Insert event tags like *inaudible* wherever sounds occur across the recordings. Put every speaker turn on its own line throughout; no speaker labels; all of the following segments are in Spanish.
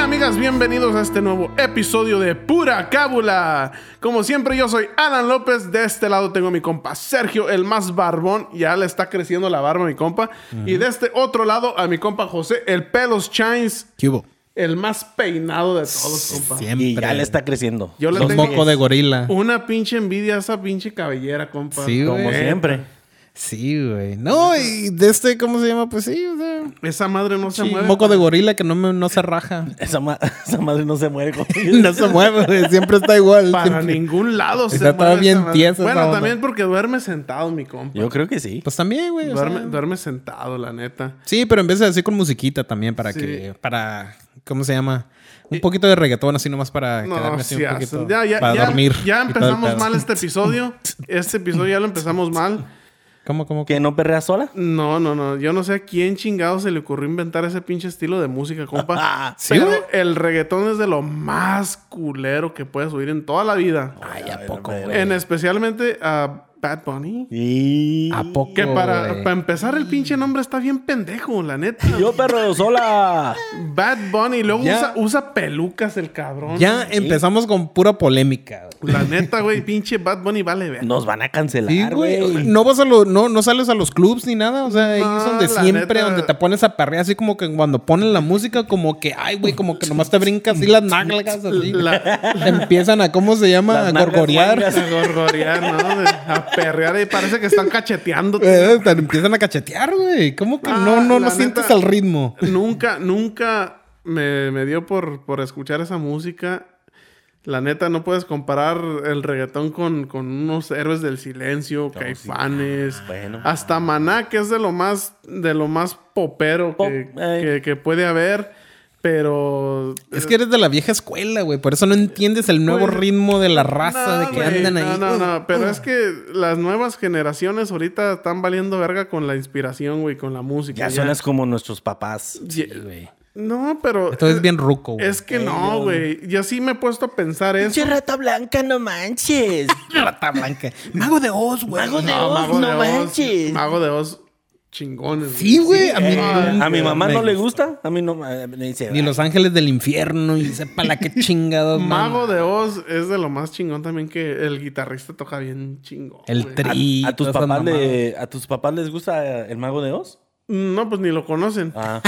amigas, bienvenidos a este nuevo episodio de Pura Cábula. Como siempre, yo soy Alan López. De este lado tengo a mi compa Sergio, el más barbón. Ya le está creciendo la barba a mi compa. Y de este otro lado a mi compa José, el pelos Chains,
¿Qué hubo?
el más peinado de todos, compa.
Siempre.
Y ya le está creciendo.
Yo le
Un
tengo Uh.
moco de gorila.
una pinche envidia a esa pinche cabellera, compa.
Sí,
Como
güey.
siempre.
Sí, güey. No, y de este, ¿cómo se llama? Pues sí, o sea.
Esa madre no se
sí,
mueve.
moco de gorila que no, me- no
*laughs*
se raja.
Esa, ma- *laughs* esa madre no se muere. como-
*laughs* no se mueve, güey. Siempre está igual.
Para
siempre.
ningún lado se
Está
mueve
bien
esa madre.
tiesa esa
Bueno,
onda.
también porque duerme sentado, mi compa.
Yo creo que sí.
Pues también, güey. o sea.
Duerme, duerme sentado, la neta.
Sí, pero en vez de así con musiquita también para
Sí.
que. Para. ¿Cómo se llama? Un poquito de reggaetón, así nomás para quedarme así un
seas-
poquito.
ya, ya,
para
ya-
dormir.
ya
y todo el
empezamos
pedo.
mal este
*laughs*
episodio. Este episodio ya lo empezamos mal.
¿Cómo, cómo?
¿Que no perrea sola?
No, no, no. Yo no sé a quién chingado se le ocurrió inventar ese pinche estilo de música,
*laughs*
compa.
Ah, ¿Sí,
Pero
güey?
el reggaetón es de lo más culero que puedes oír en toda la vida.
Ay, ¿a poco, güey?
En especialmente a Bad Bunny.
Y...
¿A poco?
Que para,
güey?
para empezar el pinche nombre está bien pendejo, la neta.
Yo perreo sola.
Bad Bunny, luego
Ya.
usa, usa pelucas el cabrón.
Ya empezamos con pura polémica, güey.
La neta, güey, pinche Bad Bunny vale ver.
Nos van a
Sí,
cancelar,
güey.
güey.
No vas a los, no, no sales a los clubs ni nada. O sea, ahí
No,
es donde
la
siempre,
neta.
donde te pones a parrear, así como que cuando ponen la música, como que, ay, güey, como que nomás te brincas así las nalgas,
*laughs*
así.
La-
Te empiezan a, ¿cómo se llama?
Las
A
nalgas
gorgorear.
guangas.
A gorgorear, ¿no? De- a perrear y parece que están cacheteando.
*laughs* Eh, Te empiezan a cachetear, güey. ¿Cómo que
Ah,
no, no,
la
no sientes
neta.
el ritmo?
Nunca, nunca me, me dio por, por escuchar esa música. La neta, no puedes comparar el reggaetón con, con unos héroes del silencio, caifanes.
Ah, Bueno.
Hasta Maná, que es de lo más, de lo más popero
Pop,
que,
ey.
que- que puede haber. Pero.
Es que eres de la vieja escuela, güey. Por eso no entiendes el nuevo
Güey,
ritmo de la raza,
No,
Ah, de que
güey,
andan ahí. Ah.
No, no, no, pero es que las nuevas generaciones ahorita están valiendo verga con la inspiración, güey, con la música.
Ya suenas como nuestros papás.
Ya- No, pero.
Esto es bien ruco, güey.
Es que no, güey. Yo sí me he puesto a pensar eso.
rata blanca, no manches.
Rata blanca. *laughs* Mago de Oz, güey.
Mago de
No,
Oz,
Mago
no
de Oz,
manches.
Mago de Oz, chingones. güey.
Sí, güey. a mí,
Eh, a mi
nunca
mamá
me
no le
gustó.
gusta. A mí no eh, me dice.
Ni los ángeles del infierno y sepa
*laughs*
la que chingados. man.
Mago de Oz es de lo más chingón también que el guitarrista toca bien chingón.
El
güey.
tri.
¿A, a tus
todas esas
papás
mamadas.
le- ¿A tus papás les gusta el mago de Oz?
No, pues ni lo conocen.
Ah.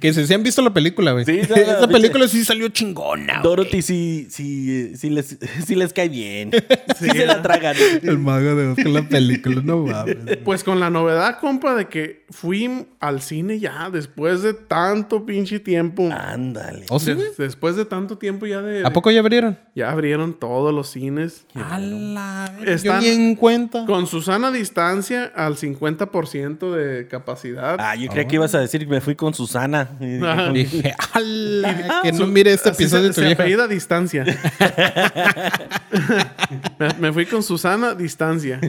Que si, si han visto la película, güey. *laughs*
Sí, sí, la
Esa
viste.
película sí salió chingona. güey.
Dorothy sí, sí, sí, les, *laughs* sí les
*laughs*
cae bien. Sí se la tragan.
El mago de Oz con la película, no mames.
Pues con la novedad, compa, de que fui al cine ya después de tanto pinche tiempo.
Ándale.
¿O Ah, ¿Oh, sí,
Des-
güey?
después de tanto tiempo ya de...
¿A poco Ah, ya abrieron?
Ya abrieron todos los cines.
A la verga, Yo
Están-
ni en cuenta.
Con Susana distancia al 50% de capacidad.
Ah, yo creía que ibas a decir que me fui con Susana.
Ajá.
*laughs* Dije, ala, que
ah, Su-
no mire este
así
episodio
se-
de tu
se
vieja.
apellida distancia. me, me fui con Susana distancia.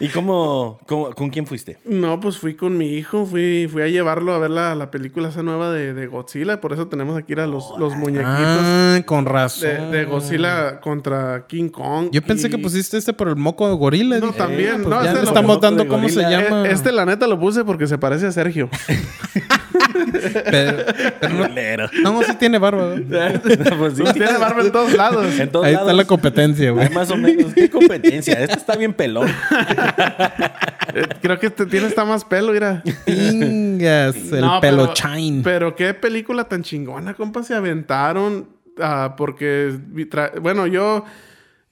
¿Y cómo, cómo- con quién fuiste?
No, pues fui con mi hijo, fui, fui a llevarlo a ver la, la película esa nueva de, de Godzilla, por eso tenemos aquí a los, los muñequitos
Ah, con razón.
de, de Godzilla contra King Kong.
Yo pensé
y-
que pusiste este por el moco de gorila.
No,
dije,
también,
pues
no,
ya
este
le
lo-
estamos
moco de
dando, ¿cómo se
gorila.
Eh,
llama?
Este la neta lo puse porque se parece a
*laughs*
Sergio.
Pero, pero no, *laughs*
Culero.
no, sí tiene barba. güey.
Pues sí.
Tiene barba en todos lados.
En todos
Ahí está
lados.
la
*laughs*
competencia, güey.
Ay, Más o menos. ¿Qué competencia? Este está bien pelón.
Eh, Creo que te tiene hasta más pelo, mira.
Pingas, el
No, pero-
pelo chain.
Pero qué película tan chingona, compa, se aventaron. ah, porque, vi- tra- bueno, yo,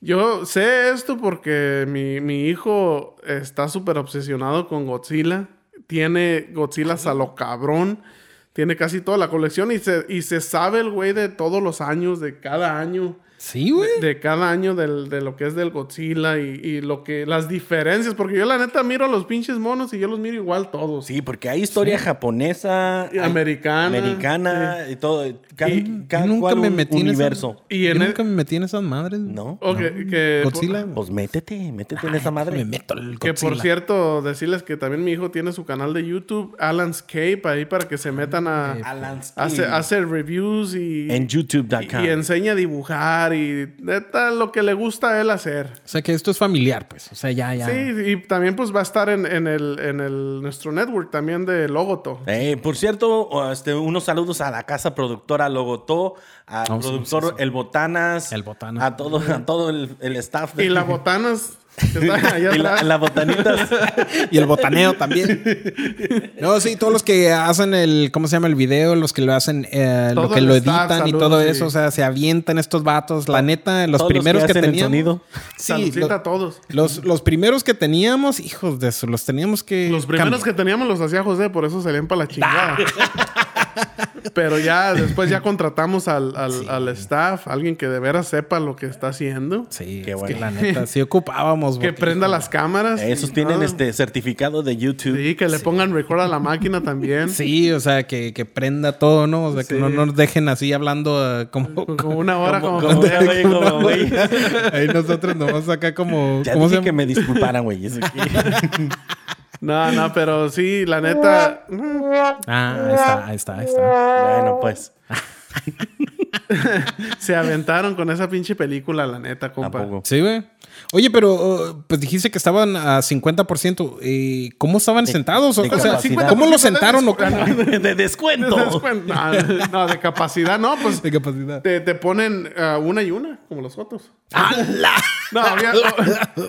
yo sé esto porque mi, mi hijo está súper obsesionado con Godzilla. Tiene Godzilla a lo cabrón. Tiene casi toda la colección y se, y se sabe el güey de todos los años, de cada año
Sí, güey.
de cada año del- de lo que es del Godzilla y, y lo que las diferencias porque yo la neta miro a los pinches monos y yo los miro igual todos
Sí, porque hay historia japonesa.
Y
hay
americana,
Americana. Y todo. Cada,
Y-
cada
Yo Mm, nunca
cual
me
un
metí en
universo.
esas-
Y en
yo
el-
nunca me metí en esas madres. güey.
¿No?
O que- que-
Godzilla.
Pues métete, métete en esa madre.
Me meto al
que
Godzilla.
por cierto decirles que también mi hijo tiene su canal de YouTube Alan's Cape ahí para que se metan empiezan a,
Alan Skin.
a hacer, a hacer reviews y,
En youtube.com.
y enseña a dibujar y neta lo que le gusta a él hacer.
O sea que esto es familiar, pues. O sea, ya, ya.
Sí, y también pues va a estar en, en el, en el, nuestro network también de Logoto.
*laughs* Eh, por cierto, o, este, unos saludos a la casa productora Logotó, al
Oh, sí,
productor
sí, sí.
El Botanas,
El Botanas.
a todo, a todo el, el staff. de-
Y
*laughs*
las botanas que están allá
y la,
atrás.
la *laughs* botanitas.
Y el botaneo
*laughs*
también. No, sí, todos los que hacen el, ¿cómo se llama? El video, los que lo hacen, eh, lo
Todo
que
el
lo
staff,
editan y
saludos,
todo
sí.
eso. O sea, se avientan estos vatos. La neta, los
Todos
primeros que,
hacen el
teníamos.
sonido.
Sí,
Saludcita
lo-
a todos.
los, los primeros que teníamos, hijos de eso, los teníamos que.
Los primeros
cambiar.
que teníamos los hacía José, por eso salían para la chingada. Pero ya después ya contratamos al, al, al staff, alguien que de veras sepa lo que está haciendo.
Sí,
Qué
es
bueno.
que la neta, sí ocupábamos.
Que
botín.
prenda las cámaras.
Esos
y
tienen
todo.
este certificado de YouTube.
Sí, que le pongan record a la máquina también.
Sí, o sea, que, que prenda todo, ¿no? O sea, que
Sí.
no nos dejen así hablando eh, como.
*laughs* Como una hora como...
Como- como-
pendejo.
güey, como, güey.
*laughs* Ahí nosotros nomás acá como.
Ya
¿Cómo
dije
se
que
llama?
me disculparan, güey. Eso que-
No, no, pero sí, la neta...
Ah, ahí está, ahí está, ahí está.
bueno, pues.
Se aventaron con esa pinche película, la neta, compa.
Tampoco.
Sí, güey. Oye, pero uh, pues dijiste que estaban a 50%. ¿Y eh, ¿Cómo estaban sentados? O,
de
o sea,
capacidad.
¿cómo lo
50%
sentaron? o cómo?
*laughs* De
¿Te
descuento.
das cuenta? No, no, de capacidad, no, pues
De capacidad.
te, te ponen ah, una y una, como los otros.
¡Hala!
No, obvia-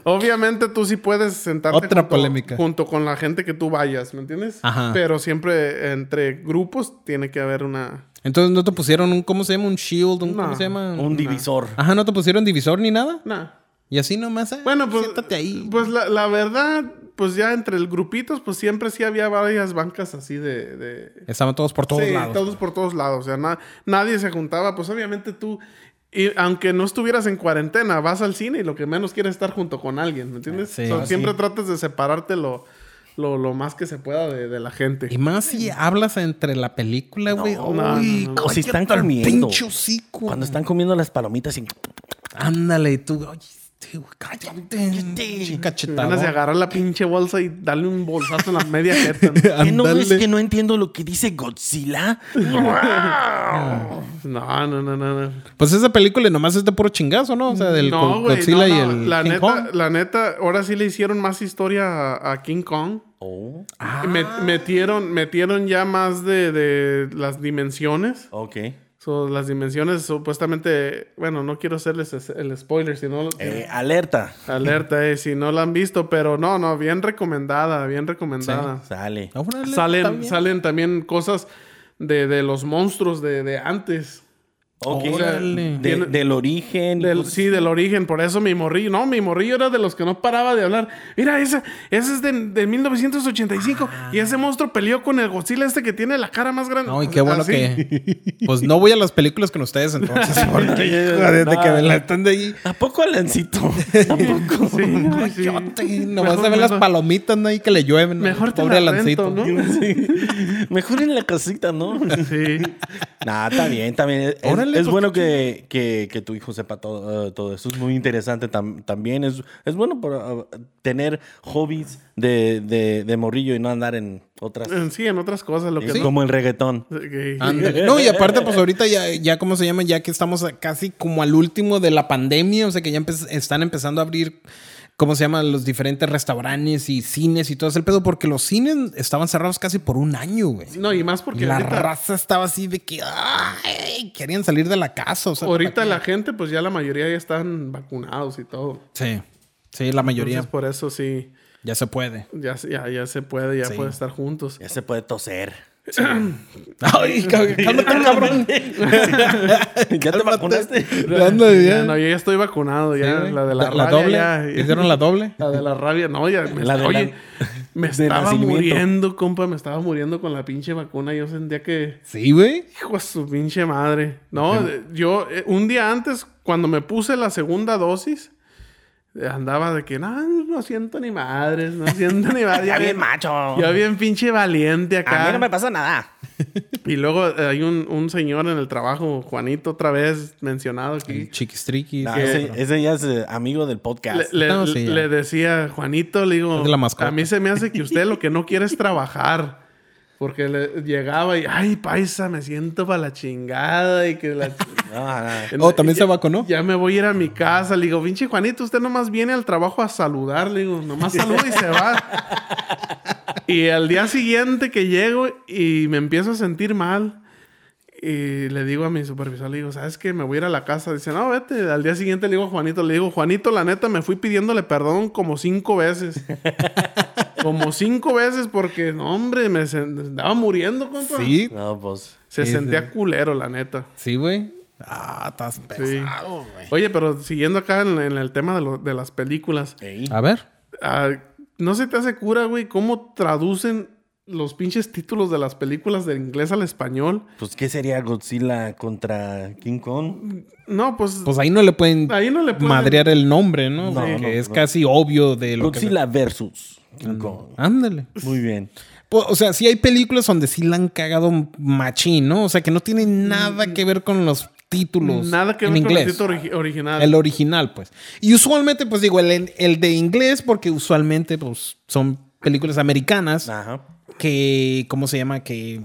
*laughs*
o- obviamente tú sí puedes sentarte
Otra polémica.
junto con la gente que tú vayas, ¿me entiendes?
Ajá.
Pero siempre entre grupos tiene que haber una...
Entonces no te pusieron un, ¿cómo se llama? Un shield, un, ¿cómo
No.
se llama?
Un divisor.
Ajá, no te pusieron divisor ni nada.
Nah.
Y así nomás. ah,
Bueno, pues...
Siéntate ahí.
Pues la, la verdad, pues ya entre el grupitos, pues siempre sí había varias bancas así de... de-
Estaban todos por todos
sí,
lados. pues.
todos por todos lados. O sea, na- nadie se juntaba. Pues obviamente tú, y aunque no estuvieras en cuarentena, vas al cine y lo que menos quieres es estar junto con alguien, ¿me entiendes?
Sí,
O sea,
ah,
siempre
sí.
tratas de separarte lo, lo, lo más que se pueda de, de la gente.
Y más si hablas entre la película, güey.
no,
Uy,
no, no.
O si
cállate
están
el
comiendo.
Pinche hocico.
Cuando están comiendo las palomitas y...
Ándale, y tú. Oye, este, güey, cállate.
Ganas de
*laughs* Cachetado.
agarrar la pinche bolsa y darle un bolsazo en la media jeta.
¿Qué no ves
Ándale.
que no entiendo lo que dice Godzilla? *laughs*
*laughs*
No, no, no, no. no.
Pues esa película nomás es de puro chingazo, ¿no? O sea, del
no,
Go-
güey, no,
Godzilla y
no.
el
la
King
neta,
Kong.
La neta, ahora sí le hicieron más historia a, a King Kong.
Oh,
Y
Ah.
met- metieron, metieron ya más de, de las dimensiones.
ok.
So, las dimensiones supuestamente, bueno, no quiero hacerles es- el spoiler, si no lo-
Eh, alerta.
alerta, eh, si no la han visto, pero no, no, bien recomendada, bien recomendada.
Sale.
Órale, está
Salen,
bien.
salen también cosas de, de los monstruos de, de antes.
Ok.
Órale.
De- del origen.
Del-
pues,
sí, del origen, por eso mi morrillo, no, mi morrillo era de los que no paraba de hablar. Mira, esa, ese es de, de 1985
Ah.
y ese monstruo peleó con el Godzilla este que tiene la cara más grande. Ah,
No, y qué bueno
Así. *laughs*
que. Pues no voy a las películas con ustedes entonces. Porque desde que me la están de ahí.
¿A
*laughs*
poco, Alancito? ¿A poco?
Sí,
Ay,
sí.
yo te- Nomás
Mejor
se ven
me
las
la-
palomitas, ¿no? Y que le llueven. ¿no?
Mejor te
Pobre
la
Alancito.
rento, ¿no?
Sí. Mejor en la
*laughs*
casita, ¿no?
Sí.
Nah, está bien, está bien. Es,
Órale,
es
pues,
bueno que, que, que tu hijo sepa todo, eh, todo eso. Es muy interesante tam- también. Es, es bueno por, eh, tener hobbies de, de, de morrillo y no andar en otras. eh,
En- Eh, Sí, en otras cosas, lo que eh, no-
Como el reggaetón.
Ok.
Ándale. No, y aparte, pues ahorita ya, ya, ¿cómo se llama? Ya que estamos a- casi como al último de la pandemia, o sea que ya empe- están empezando a abrir, ¿cómo se llama? Los diferentes restaurantes y cines y todo ese pedo, porque los cines estaban cerrados casi por un año, güey.
No, y más porque
la
ahorita,
raza estaba así de que ¡ay! querían salir de la casa. O sea,
ahorita la gente, pues ya la mayoría ya están vacunados y todo.
Sí, sí, la mayoría
Entonces, por eso sí,
ya se puede.
ya, se- ya, ya se puede, ya
Sí.
pueden estar juntos.
Ya se puede toser.
Ay, cab- *laughs* cálmate, cabrón.
¿Ya te vacunaste?
Ándale, ya.
Ya, no, yo ya estoy vacunado, ya.
Sí,
la de la,
güey.
rabia.
doble.
ya-
¿Hicieron la doble?
*laughs* La de la rabia, no, ya. Me,
La de la-
oye, me
de
estaba
nacimiento.
muriendo, compa, me estaba muriendo con la pinche vacuna. Yo sentía que,
Sí, güey.
hijo de su pinche madre. No, de- yo, eh, un día antes, cuando me puse la segunda dosis, eh, andaba de que, no, no siento ni madres, no siento ni
*laughs*
madres.
Ya
Ah, Ya
bien
vi-
macho.
Ya bien pinche valiente acá.
A mí no me pasa nada.
Y luego eh, hay un, un señor en el trabajo, Juanito, otra vez mencionado aquí.
Chiquistriquis.
Nah,
sí.
ese, ese ya es eh, amigo del podcast.
Le, le-
No, sí, ya.
le decía, Juanito, le digo,
Es de la mascota.
a mí se me hace que usted lo que no quiere es trabajar. Porque le- llegaba y, ay, paisa, me siento para la chingada. Y que la.
Ah,
Oh, también se
Ya-
vacunó.
Ya me voy a ir a mi casa. Le digo, pinche Juanito, usted nomás viene al trabajo a saludar. Le digo, nomás saluda y se va. y al día siguiente que llego y me empiezo a sentir mal. Y le digo a mi supervisor, le digo, ¿sabes qué? Me voy a ir a la casa. Dice, no, vete. Al día siguiente le digo a Juanito, le digo, Juanito, la neta, me fui pidiéndole perdón como cinco
*laughs*
veces. como cinco veces porque, no, hombre, me sen- andaba muriendo, compa.
Sí,
no, pues.
Se
Sí, sí.
sentía culero, la neta.
sí, güey. Ah, estás pesado, güey.
Oye, pero siguiendo acá en, en el tema de, lo- de las películas,
Ey.
A ver.
ah, ¿no se te hace cura, güey, cómo traducen los pinches títulos de las películas del inglés al español?
Pues, ¿qué sería Godzilla contra King Kong?
No, pues,
Pues ahí no le pueden
ahí no le pueden...
madrear el nombre, ¿no?
No,
Porque
no,
es
no.
casi obvio de lo
Godzilla versus King Kong.
que... Ándale.
Muy bien.
Po- O sea, sí hay películas donde sí la han cagado machín, ¿no? O sea, que no tiene nada que ver con los títulos
Mm. Nada que
en
ver con el
inglés.
título ori- original.
El original, pues. Y usualmente, pues digo, el, el de inglés, porque usualmente, pues, son películas americanas
Ajá.
que, ¿cómo se llama? Que,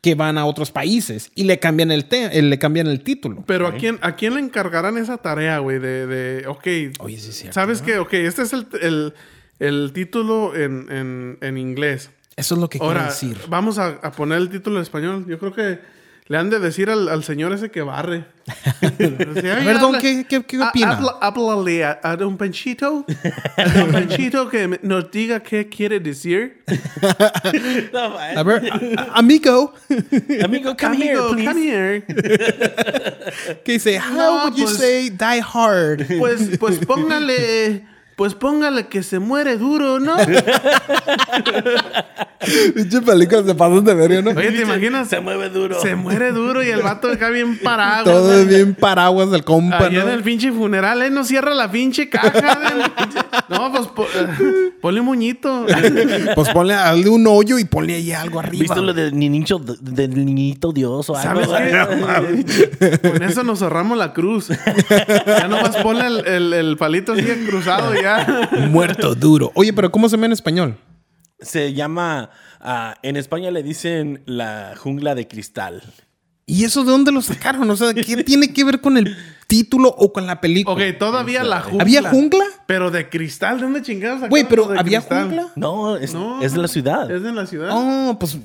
que van a otros países y le cambian el, te- eh, le cambian el título.
Pero ¿a quién, ¿a quién le encargarán esa tarea, güey? De, de, ok,
Oye, sí, es cierto,
¿sabes qué? Ok, este es el, el- el título en, en- en inglés.
Eso es lo que
Ahora,
quiero decir.
vamos a, a poner el título en español. Yo creo que le han de decir al, al señor ese que
*laughs*
barre.
A ver, don, ¿qué- qué- qué opina?
Habla, háblale a, a don
*laughs*
Panchito. A don Panchito que me- nos diga qué quiere decir.
A ver, a- a- amigo,
*laughs* Amigo, come here,
Amigo,
please.
come here.
que dice, how
No,
would you
pues-
say die
*laughs*
hard?
Pues,
*laughs*
pues póngale... Pues póngale que se muere duro,
*laughs*
¿no?
Pinche películas de pasos de verga, ¿no?
Oye, ¿te imaginas?
Se mueve duro.
Se muere duro y el vato acá bien parado.
Todo bien paraguas del compa,
Allá
Pues ¿no?
en el pinche funeral, ¿eh? No cierra la pinche caja. *laughs* del pinche- No, pues po- eh, ponle un
*laughs*
muñito.
*laughs* Pues ponle, hazle un hoyo y ponle ahí algo arriba.
¿Viste lo del niñito, del niñito Dios o algo?
¿Sabes qué? Con eso nos ahorramos la cruz. Ya nomás ponle el, el- el palito así cruzado ya.
Muerto duro. Oye, pero ¿cómo se ve en español?
Se llama. ah, en España le dicen la jungla de cristal.
¿Y eso de dónde lo sacaron? O sea, ¿qué tiene que ver con el título o con la película?
Ok, todavía la jungla.
¿Había jungla?
Pero de cristal, ¿de dónde chingados sacaron
Güey, pero
de ¿Eh?
¿había
cristal?
jungla?
No, es,
No.
es de la ciudad.
Es de la ciudad.
Oh, pues,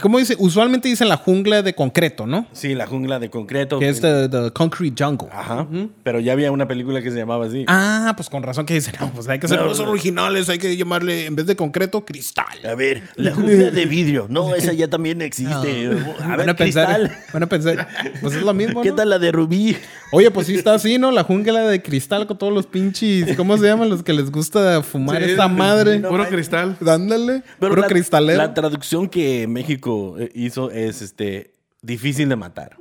¿cómo dice? Usualmente dicen la jungla de concreto, ¿no?
Sí, la jungla de concreto.
Que es the, the concrete jungle.
Ajá. Pero ya había una película que se llamaba así.
Ah, pues con razón que dicen, no, pues hay que ser
No,
los
no.
originales, hay que llamarle, en vez de concreto, cristal.
A ver, la jungla de vidrio.
*laughs*
No, esa ya también existe. A ver,
Van a
cristal.
pensar, van a pensar, pues es lo mismo,
¿Qué
¿no?
tal la de rubí?
Oye, pues sí está así, ¿no? La jungla de cristal con todos los pinches. ¿Cómo se llaman los que les gusta fumar
Sí,
esta madre?
Puro cristal.
Dándole. Puro
la,
cristalero.
La traducción que México eh, hizo es este difícil de matar.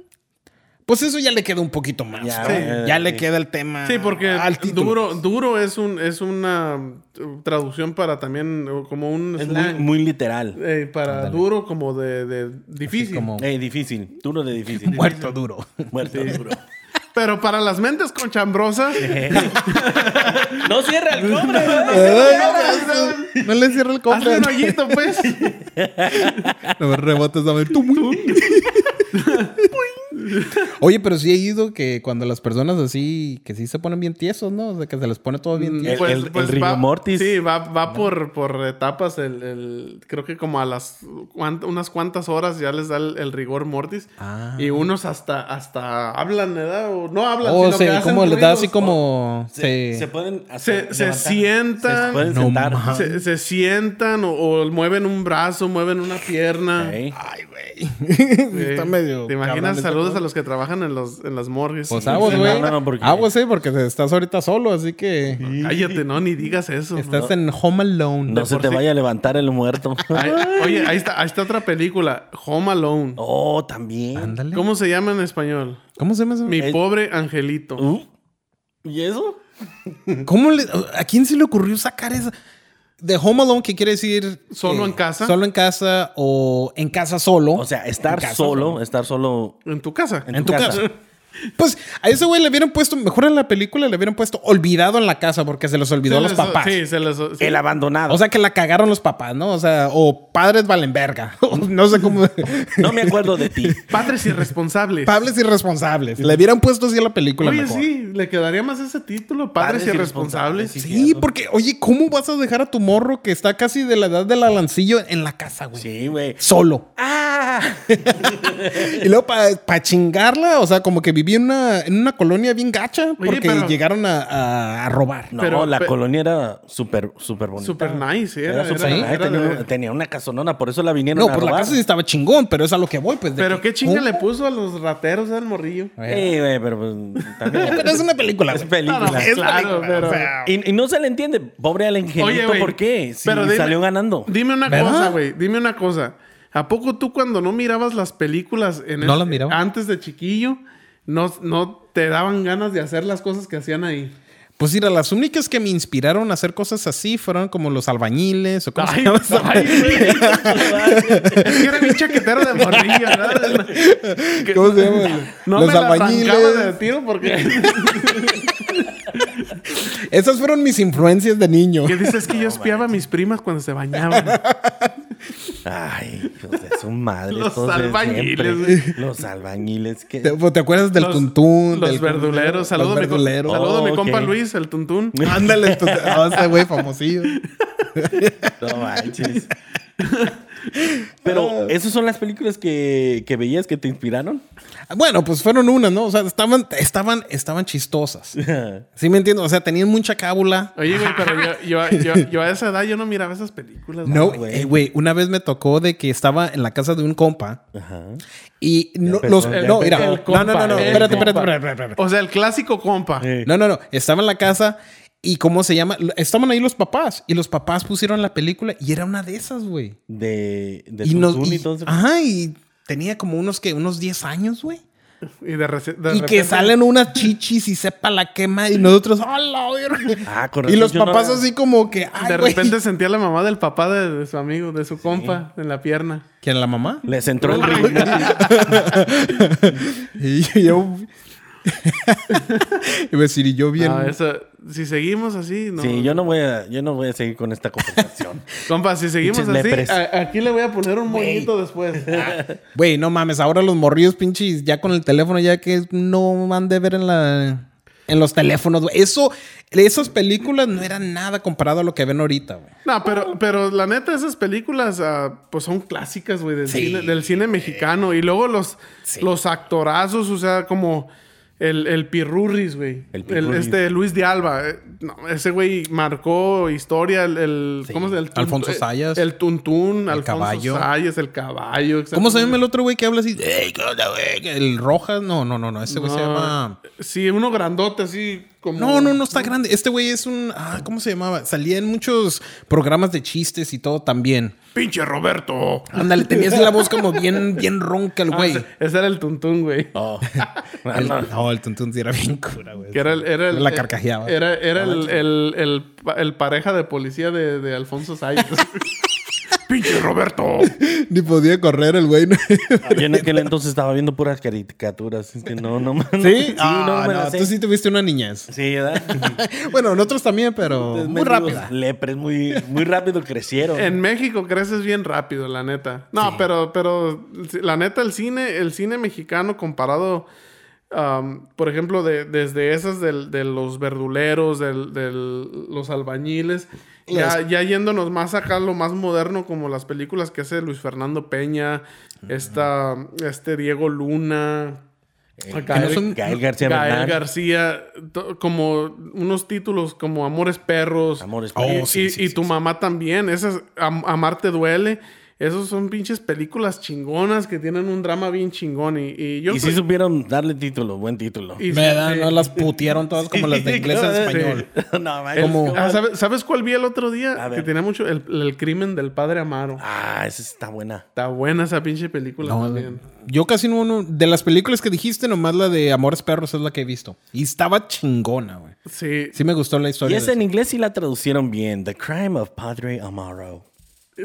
Pues eso ya le queda un poquito más.
Ya, eh,
¿no?
sí.
Ya le queda el tema.
Sí, porque
Ah, al título.
duro, duro es un es una eh, traducción para también eh, como un
Es muy,
slang.
muy literal.
Eh, para duro como de, de difícil.
como-
Eh, difícil, duro de difícil.
Muerto duro.
Muerto duro.
*laughs* Pero para las mentes con chambrosas, *laughs*
No cierra el cobre.
¿eh?
Ay, no le cierra el
hazle
cofre.
un hoyito,
*laughs*
pues.
No me rebotes a ver. Oye, pero sí he ido que cuando las personas así, que sí se ponen bien tiesos, ¿no? O sea, que se les pone todo
Mm,
bien tieso.
el- el rigor
Pues, va-
mortis.
Sí, va, va por, por etapas. El, el- creo que como a las cuan- unas cuantas horas ya les da el, el rigor mortis.
Ah.
Y unos hasta, hasta hablan, ¿verdad? O no hablan,
O
sino que
Oh, se,
hacen
como le da
ruidos.
así como.
Se,
se-
se pueden
Se,
hacer-
se
levantar.
sientan.
Se pueden
No
sentar.
ma-
se, se sientan o, o mueven un brazo, mueven una pierna.
Ey.
Ay, *laughs* güey.
Eh,
Está medio.
¿Te
cabrón
imaginas?
ese
Saludos
pedo.
a los que trabajan en, los, en las morgues.
Pues aguas,
Sí,
güey.
no, no, porque-
Aguas, sí, porque te estás ahorita solo, así que.
Cállate, no, ni digas eso.
Estás en Home Alone.
No se
por
te
sí.
vaya a levantar el muerto.
*laughs* Ay, oye, ahí está, ahí está otra película, Home Alone.
Oh, también.
Ándale. ¿Cómo?
¿Cómo se llama en español?
se llama eso?
Mi
Eh,
pobre angelito.
Uh, ¿Y eso?
¿Cómo le- ¿A quién se le ocurrió sacar esa? De Home Alone, que quiere decir. eh,
Solo en casa.
Solo en casa o en casa solo.
O sea, estar
En casa,
solo, estar solo
En tu casa.
En tu casa. Pues a ese güey le hubieran puesto, mejor en la película le hubieran puesto olvidado en la casa porque se los olvidó a los
Se les-
papás.
Sí, se les. sí.
*laughs* El abandonado.
O sea que la cagaron los papás, ¿no? O sea, o padres valen verga. *laughs* O no
*laughs*
sé cómo.
*laughs* no me acuerdo de ti.
Padres
*laughs*
irresponsables.
Padres irresponsables. Le hubieran puesto así a la película.
Oye,
mejor.
sí, le quedaría más ese título, Padres,
Padres
irresponsables.
irresponsables,
Sí, porque, oye, ¿cómo vas a dejar a tu morro que está casi de la edad del alancillo en la casa, güey?
Sí, güey.
Solo.
¡Ah!
Y luego para chingarla, o sea, como que vivía en una, en una colonia bien gacha porque
pero-
llegaron a, a- a robar.
*laughs* No,
Pero-
la
pe-
colonia era súper, súper bonita.
Super nice, era,
Era
era-
súper nice.
era
Tenía,
de-
una- tenía una casonona, por eso la vinieron
No,
a
pues la
robar.
casa sí estaba chingón, pero es a lo que voy, pues. de
Pero
que- Ah,
qué chinga le
¿Cómo?
puso a los rateros al morrillo.
Sí, güey, pero pues, también.
*laughs*
Pero es una película.
Es
güey.
película.
No, no, *laughs*
Es
Claro,
película,
pero-
o sea,
Y, y no se le entiende, pobre al angelito,
güey,
¿por qué? Si
pero dime-
salió ganando.
Dime una
¿Verdad?
cosa, güey. Dime una cosa. ¿A poco tú cuando no mirabas las películas en
No las miraba.
antes de chiquillo, no, no te daban ganas de hacer las cosas que hacían
*laughs*
ahí?
Pues mira, las únicas que me inspiraron a hacer cosas así fueron como los albañiles o cómo se
Ay,
*laughs* llama esa-
ay, güey. Es que era bien chaquetero de morrillo, ¿verdad? Que-
¿Cómo se llama?
No
los
me la arrancaba de
albañiles.
tiro porque... *laughs*
Esas fueron mis influencias de niño.
¿Qué dices que yo espiaba a mis primas cuando se bañaban?
Ay, hijos de su madre.
*laughs* Los
todos de
albañiles,
siempre.
güey.
Los albañiles. Que... *laughs*
¿Te, pues, te acuerdas del tuntún?
Los
del-
verduleros. Saludo,
los
a mi com-
verduleros.
saludo a mi
Oh,
compa
ok.
Luis, el tuntún. *laughs*
Ándale, tu- ah, ese güey famosillo.
No manches. *laughs* Pero, ¿esas son las películas que, que veías que te inspiraron? *laughs*
Bueno, pues fueron unas, ¿no? O sea, estaban, estaban, estaban chistosas. Sí me entiendo. O sea, tenían mucha cábula.
Oye, güey, pero yo, yo- yo- yo a esa edad yo no miraba esas películas.
No,
güey.
eh, güey, una vez me tocó de que estaba en la casa de un compa
Ajá.
y no,
empezó,
los,
ya
no,
empezó.
mira,
El
no, no, no,
compa,
no,
el
espérate, espérate,
compa.
espérate, espérate, espérate.
O sea, el clásico compa.
Eh.
No, no, no, estaba en la casa y cómo se llama, estaban ahí los papás y los papás pusieron la película y era una de esas, güey.
De, de
Y nos,
Tuntún
y- ah.
y todo eso.
ajá, y tenía como unos que unos 10 años, güey.
Y, de reci- de
Y que
repente-
salen unas chichis y sepa la quema y nosotros, ¡hala, verga!
Ah, con
Y
razón,
los
yo no
papás
había-
así como que, ¡ay,
De
güey!
repente sentía la mamá del papá de, de su amigo, de su compa, en la pierna.
¿Quién, la mamá?
Les entró
*laughs*
el ritmo.
Y yo... *laughs* Iba a decir, y yo bien...
No, Ah, eso- si seguimos así, no.
Sí, yo no, voy a, yo no voy a seguir con esta
*laughs*
conversación.
Compa, si seguimos
Pinches
así,
lepres.
a- aquí le voy a poner un moñito
*laughs*
después. Ah,
Güey, no mames, ahora los morrillos pinches ya con el teléfono ya que no han de ver en la en los teléfonos, güey. Eso esas películas no eran nada comparado a lo que ven ahorita, güey.
No, pero, pero la neta, esas películas ah, pues son clásicas, güey, del,
Sí.
cine, del cine mexicano. Y luego los, los actorazos, o sea, como el, el Pirurris, güey.
El
El,
Pirurris.
este Luis de Alba. eh, no, ese güey marcó historia, el, el- ¿cómo se- el tuntún-
Alfonso
eh,
Sayas.
El Tuntún, el
caballo.
caballo. Sayas, el caballo.
¿Cómo se
exactamente.
llama el otro güey que habla así? "Ey, ¿qué onda, güey?" El Rojas, no, no, no, no, ese güey se
No,
llama
Ah, Sí, uno grandote, así como.
No, no, no está grande. Este güey es un ah, ¿cómo se llamaba? Salía en muchos programas de chistes y todo también.
¡Pinche Roberto!
Ándale, tenías la voz como bien bien ronca el
Ah,
güey.
ese, ese era el Tuntún, güey.
*laughs* Oh.
El- no, el tuntún sí era bien cura, güey.
Que era el, era el- eh,
La carcajeaba.
Era, era el, el- el pa- el pareja de policía de, de Alfonso Sayas. *laughs* ¡Pinche Roberto!
Ni podía correr el güey. *laughs*
Yo en aquel entonces estaba viendo puras caricaturas. Es que no, no, no.
¿Sí?
no,
Ah,
me
no,
las sé.
tú sí tuviste una niñez. *laughs*
Sí, ¿verdad?
Bueno, nosotros también, pero muy
Mendigos
rápida.
Lepres, muy, muy rápido crecieron.
En México creces bien rápido, la neta. No, pero, pero la neta, el cine, el cine mexicano comparado, um, por ejemplo, de, desde esas del- de los verduleros, de los albañiles, ya, ya yéndonos más acá, lo más moderno, como las películas que hace Luis Fernando Peña, esta, este Diego Luna. acá
que no
Eric-
son-
Gael García
Gael
Bernal.
García, to- como unos títulos como Amores Perros.
Amores
Oh,
Y,
Perros.
sí,
y-
sí,
y
sí,
tu
sí.
mamá también. Esas, Am- Amar te duele. Esos son pinches películas chingonas que tienen un drama bien chingón. Y, y yo
Y sí supieron darle título, buen título.
y-
¿Verdad?
sí.
No las putearon todas como las de
*laughs*
inglés a español.
no, man,
Como-
Ah, ¿sabes, sabes cuál vi el otro
A
día? Que
ver.
tenía mucho. El, el crimen del padre Amaro.
Ah, esa está buena.
Está buena esa pinche película
No,
también.
yo casi no, no- De las películas que dijiste, nomás la de Amores Perros es la que he visto. Y estaba chingona, güey.
Sí.
Sí me gustó la
Y
historia.
esa
de
en
eso.
inglés sí la traducieron bien. The Crime of Padre Amaro.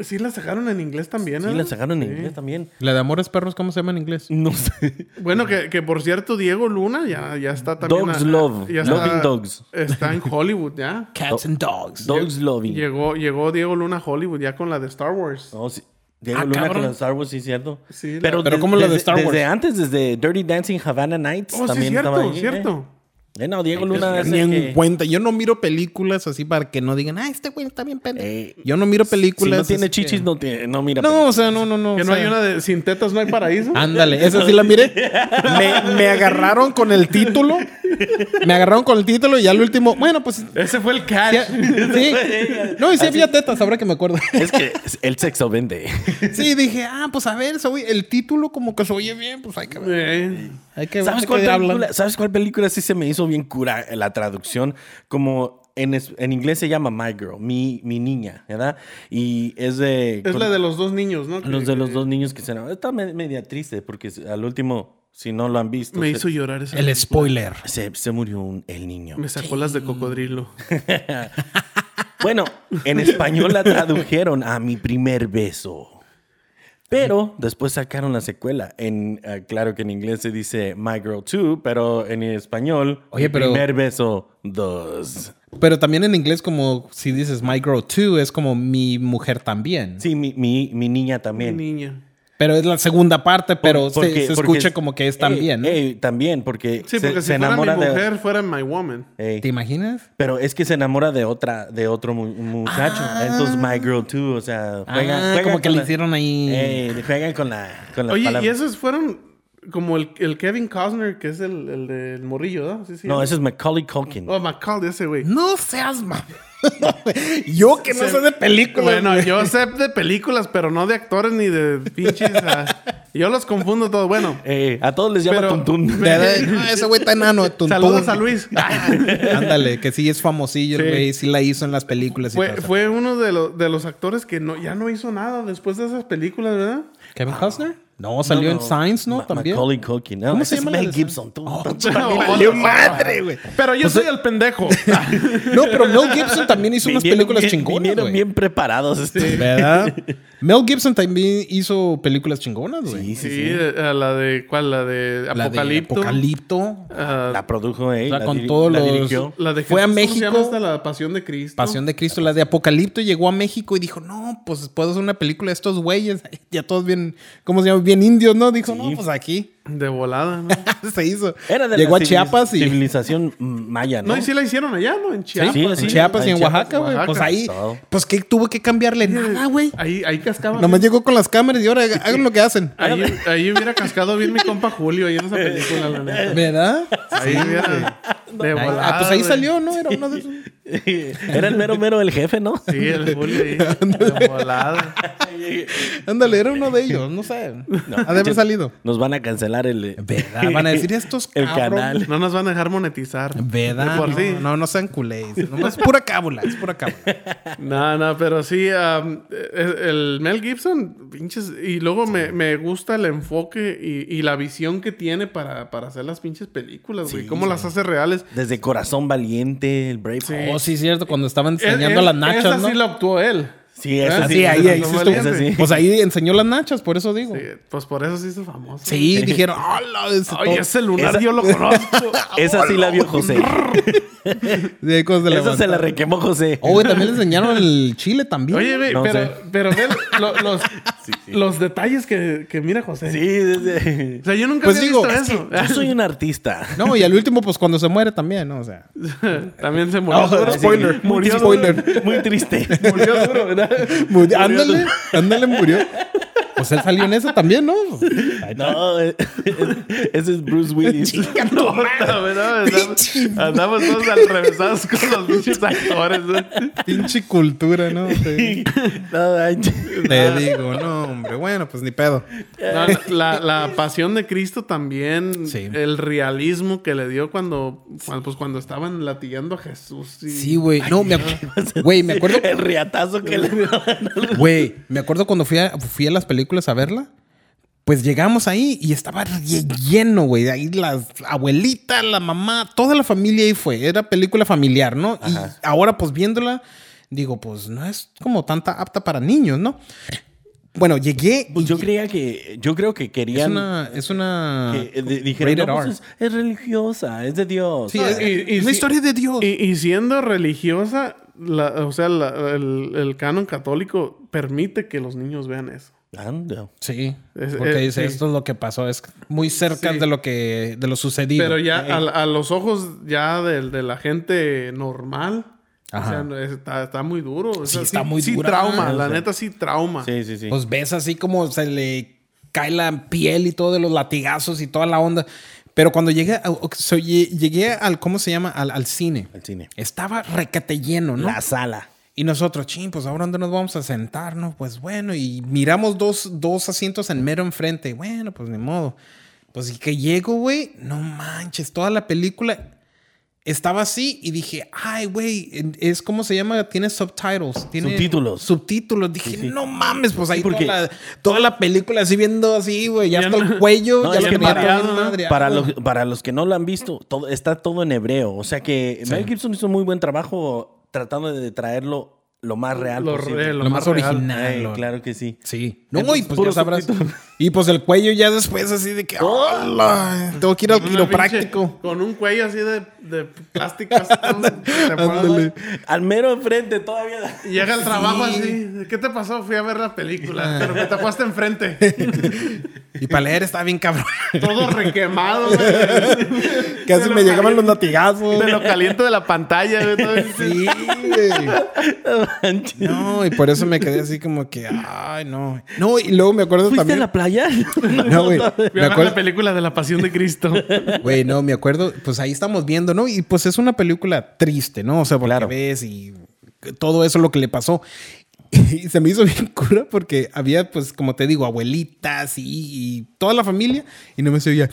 Sí, la sacaron en inglés también,
Sí,
¿eh?
la sacaron en
Sí.
inglés también.
La de Amores Perros, ¿cómo se llama en inglés?
No
*laughs*
sé.
Bueno, que, que por cierto, Diego Luna ya, ya está también.
Dogs
a-
Love.
ya
Loving Dogs.
Está en Hollywood ya.
*laughs*
Cats and Dogs.
Dogs Loving.
Llegó, llegó Diego Luna a Hollywood ya con la de Star Wars.
No, sí. Diego
Ah,
Luna
cabrón.
con la de Star Wars, sí, cierto.
Sí, la-
Pero
des-
¿cómo la de
desde-
Star Wars?
Desde antes, desde Dirty Dancing Havana Nights.
Oh, sí,
también estaba
cierto,
ahí,
cierto.
Eh, Eh, no, Diego Luna es
Ni
el
en
que-
cuenta. Yo no miro películas así para que no digan, ah, este güey está bien pendejo.
Eh,
Yo no miro
Si
películas.
no tiene
así que-
chichis, no, tiene, no mira.
No, o sea, no, no, no.
Que
o
no
sea,
hay una de sin tetas no hay paraíso.
*laughs* Ah,
Ándale, esa sí la miré. Me, me agarraron con el título. Me agarraron con el título y al último, bueno, pues.
Ese fue el catch.
sí, sí. No, y sí había tetas, ahora que me acuerdo.
*laughs* Es que el sexo vende.
Sí, dije, ah, pues a ver, se oye- el título como que se oye bien, pues hay que ver.
Eh,
Hay que ver
¿Sabes
de
cuál,
qué hablan.
película, ¿Sabes cuál película sí se me hizo bien cura eh, la traducción? Como en, es- en inglés se llama My Girl, mi, mi niña, ¿verdad? Y es de...
es
con-
la de los dos niños, ¿no?
los
Que-
de los
que
dos niños que se enamoran. Está me- media triste porque se- al último, si no lo han visto,
Me
se,
hizo llorar ese.
El spoiler.
se, se murió un- el niño.
Me sacó las de cocodrilo.
*laughs* Bueno, en español la tradujeron a mi primer beso. Pero después sacaron la secuela. En, eh, claro que en inglés se dice My Girl 2, pero en español,
Oye,
Mi
pero-
primer beso 2.
Pero también en inglés, como si dices My Girl 2, es como mi mujer también.
Sí, mi, mi- mi niña también.
Niña.
Pero es la segunda parte, pero se-
Porque-
se,
porque
escucha
es- eh,
como que es
Ey,
también. ¿no?
ey, también, porque
Sí, porque si fuera mi mujer, fuera my woman.
Ey.
¿Te imaginas?
Pero es que se enamora de otra, de otro mu- muchacho. Entonces, My Girl 2, o sea, juega,
Ah,
juega
como que
con
le
la- Eh.
hicieron ahí.
Ey, juegan con la con las
Oye, y
palabras.
esos fueron como el, el Kevin Costner, que es el, el del morrillo, ¿no? Sí, sí.
No, ese es Macaulay Culkin.
Oh, Macaulay, ese güey.
No seas mamón. *laughs* Yo que no
Se-
sé de películas.
Bueno,
güey.
yo sé de películas, pero no de actores ni de pinches. ah, yo los confundo todo. Bueno,
Eh, a todos les llama
Pero-
Tuntún.
*laughs* De-
*laughs*
de- no, ese güey está enano. tuntún.
saludos a
*laughs*
Luis.
Ah, Ándale, que sí es famosillo, el
Sí.
güey. Sí la hizo en las películas. y
*laughs*
todo
fue,
eso.
fue uno de, lo- de los actores que no, ya no hizo nada después de esas películas, ¿verdad?
¿Kevin Costner? No, salió en Science, ¿no?
Ma-
también.
Macaulay Culkin. No,
¿Cómo se
ese
llama
es
la
Mel
de-
Gibson. Tú, *laughs* tú-
No,
¡Valió madre, güey!
pero
Pues
yo
eh,
soy el
*laughs*
pendejo. Ah,
No, pero Mel Gibson también
*laughs*
hizo unas
Vinieron
películas
bien-
chingonas,
Vinieron
güey.
bien preparados. este.
¿Verdad? Mel Gibson también hizo películas chingonas, güey.
Sí,
sí,
sí, sí.
eh, a la de ¿cuál? La de
La de
Apocalipto.
Apocalipto.
Ah,
La produjo él.
O sea,
la
con
diri-
todos
la
los-
dirigió.
la de
Fue a
Jesús, ¿cómo se
México.
llama esta? la Pasión de Cristo.
Pasión de Cristo, la de Apocalipto, llegó a México y dijo, no, pues puedo hacer una película de estos güeyes. *laughs* Ya todos bien, ¿cómo se llama? Bien indios, ¿no? Dijo, no, pues aquí. *laughs*
de volada, ¿no?
Se hizo.
Era de
llegó
la
a Chiapas
civiliz-
y...
Civilización maya, ¿no?
No, y sí la hicieron allá, ¿no? En
Sí,
Chiapas.
Sí,
en
sí.
Chiapas y
En
en
Chiapas,
Oaxaca, güey. Pues
Oaxaca.
ahí,
Todo. Ah,
pues que tuvo que cambiarle nada, güey.
Ahí, ahí cascaba.
Nomás llegó con las cámaras y ahora hagan lo que hacen.
Ahí, ahí hubiera cascado bien mi compa Julio ahí en esa película, la
Eh.
neta.
¿Verdad?
Ahí hubiera. De
*laughs*
Ahí-
volada,
ah, pues ahí
güey.
salió, ¿no? Era uno de esos.
Era el mero mero el jefe, ¿no?
Sí, el Julio
*laughs*
ahí. De volada.
Ándale, era uno de ellos, no sé. ha de haber
Yo-
salido.
Nos van a cancelar el. eh,
¿Verdad? Van a decir estos
El
cabrones.
canal.
No nos van a dejar monetizar.
¿Verdad?
De por
no,
sí.
no, no sean culés. Nomás pura cábula, es pura cábula.
No, no, pero sí, am, eh, el Mel Gibson, pinches, y luego me, me gusta el enfoque y, y la visión que tiene para, para hacer las pinches películas, güey,
Sí,
cómo
sí.
las hace reales.
Desde Corazón Valiente, el Brave.
Oh, *laughs* sí,
Sí,
cierto, cuando estaban
Él-
enseñando
él-
las
E, esa
nachas, ¿no?
sí la actuó él.
sí, ese
Ah,
sí.
Sí, ahí, ahí
Corazón
sí estuvo.
Valiente.
Sí.
Pues ahí enseñó las nachas, por eso digo.
Sí, pues por eso se hizo famoso.
Sí, dijeron, hola, ese
Oye,
todo".
ese lunar
Oh, Esa-
yo lo conozco.
*laughs* Esa sí
*laughs*
la vio José.
De ahí cuando se
Esa se la
levantaron.
requemó José.
Oh, güey, también le enseñaron el chile también.
Oye, güey,
No
pero,
sé.
pero ve lo- los,
*laughs*
los detalles que, que mira José.
Sí, desde...
O sea, yo nunca
Pues
había
digo,
visto
es
eso. *laughs*
Yo soy un artista.
No, y al último, pues cuando se muere también, ¿no? O sea.
También se murió.
Oh,
duro.
spoiler,
murió
muy
duro.
spoiler.
Muy triste.
Murió duro, ¿verdad?
*laughs* Murió- ándale, ándale, murió. Pues él salió en esa también, ¿no?
No, *laughs* eh, eh, ese es Bruce Willis.
Puta, ¿verdad? Andamos, andamos todos al revesados con los bichos actores. ¿eh?
Pinche cultura, ¿no? Te,
No, ay,
te digo, no, hombre. Bueno, pues ni pedo.
No, la, la pasión de Cristo también,
Sí.
el realismo que le dio cuando, cuando- pues, cuando estaban latigando a Jesús. y-
Sí, güey. No, me, acu- güey, me acuerdo.
El riatazo que le
Güey, me acuerdo cuando fui a, fui a las películas a verla. Pues llegamos ahí y estaba lle- lleno, güey. Ahí la abuelita, la mamá, toda la familia ahí fue. Era película familiar, ¿no? Y ahora, pues viéndola, digo, pues no es como tanta apta para niños, ¿no? Bueno, llegué. y-
Pues yo creía que, yo creo que
es
querían
una. Es una
que eh, de- dijeran,
rated
"No, pues
R.
es, es religiosa, es de Dios.
Sí,
Ah,
es,
y- y
es
sí-
la historia de Dios.
Y, y siendo religiosa, la- o sea, la- el, el canon católico permite que los niños vean eso.
anda.
sí.
Es-
porque
eh,
dice,
sí.
esto es lo que pasó. Es muy cerca
Sí.
de lo que. de lo sucedido.
Pero ya al-
eh.
a, los ojos ya del- de, la gente normal,
Ajá.
o sea, está, está muy duro. O
Sí,
sea,
está muy
sí
dura.
trauma,
Sí,
la
sí.
neta sí trauma.
Sí, sí, sí.
Pues ves así como se le cae la piel y todo de los latigazos y toda la onda. Pero cuando llegué, a- o- so, lle- llegué al, ¿cómo se llama? Al, al cine.
Al cine.
Estaba recate lleno, ¿no?
La sala.
Y nosotros, ching, pues ahora dónde nos vamos a sentar, ¿no? Pues bueno, y miramos dos, dos asientos en mero enfrente. Bueno, pues ni modo. Pues y que llego, güey, no manches, toda la película estaba así y dije, ay, güey, en- es como se llama, tiene subtitles. Tiene
Subtítulos.
Subtítulos. Dije, no mames, pues ahí
porque-
toda, la, toda la película así viendo así, güey, ya,
Ya
hasta el
no-
cuello,
No,
ya
es
lo
que
tenía
para-
todo bien ah, madreado.
Para los, para los que no lo han visto, todo, está todo en hebreo. O sea que Mel Gibson hizo muy buen trabajo tratando de traerlo lo más real
Lo
posible.
re-
Lo más
real.
original.
Ay,
lo-
claro que sí.
Sí. No,
Entonces,
y pues ya
puro
sabrás.
subtítulo.
Y pues el cuello ya después así de que. ¡Hola! Tengo que ir al
Una pinche-
quiropráctico.
Con un cuello así de, de
*laughs*
plástico. así, todo, que te pongan-
Ándale.
Al mero enfrente todavía.
Y Llega al trabajo
Sí. Ah.
así. ¿Qué te pasó? Fui a ver la película, pero me tapaste
*laughs*
enfrente.
Y para leer está bien cabrón.
Todo requemado, güey.
*laughs* Casi
lo
me
caliente.
llegaban los latigazos.
De lo caliente de la pantalla, güey. todo ese-
Sí, güey.
¿Fuiste
No, y por eso me quedé así como que. ¡Ay, no! No, y luego me acuerdo
a
también.
la playa?
No,
Voy
güey. Me
a ver la
acuerdo,
película de la pasión de Cristo.
güey, no, me acuerdo. Pues ahí estamos viendo, ¿no? Y pues es una película triste, ¿no? O sea, porque
Claro.
ves y todo eso lo que le pasó. *laughs* Y se me hizo bien cura porque había, pues, como te digo, abuelitas y, y toda la familia. Y no me se
*laughs*
oía.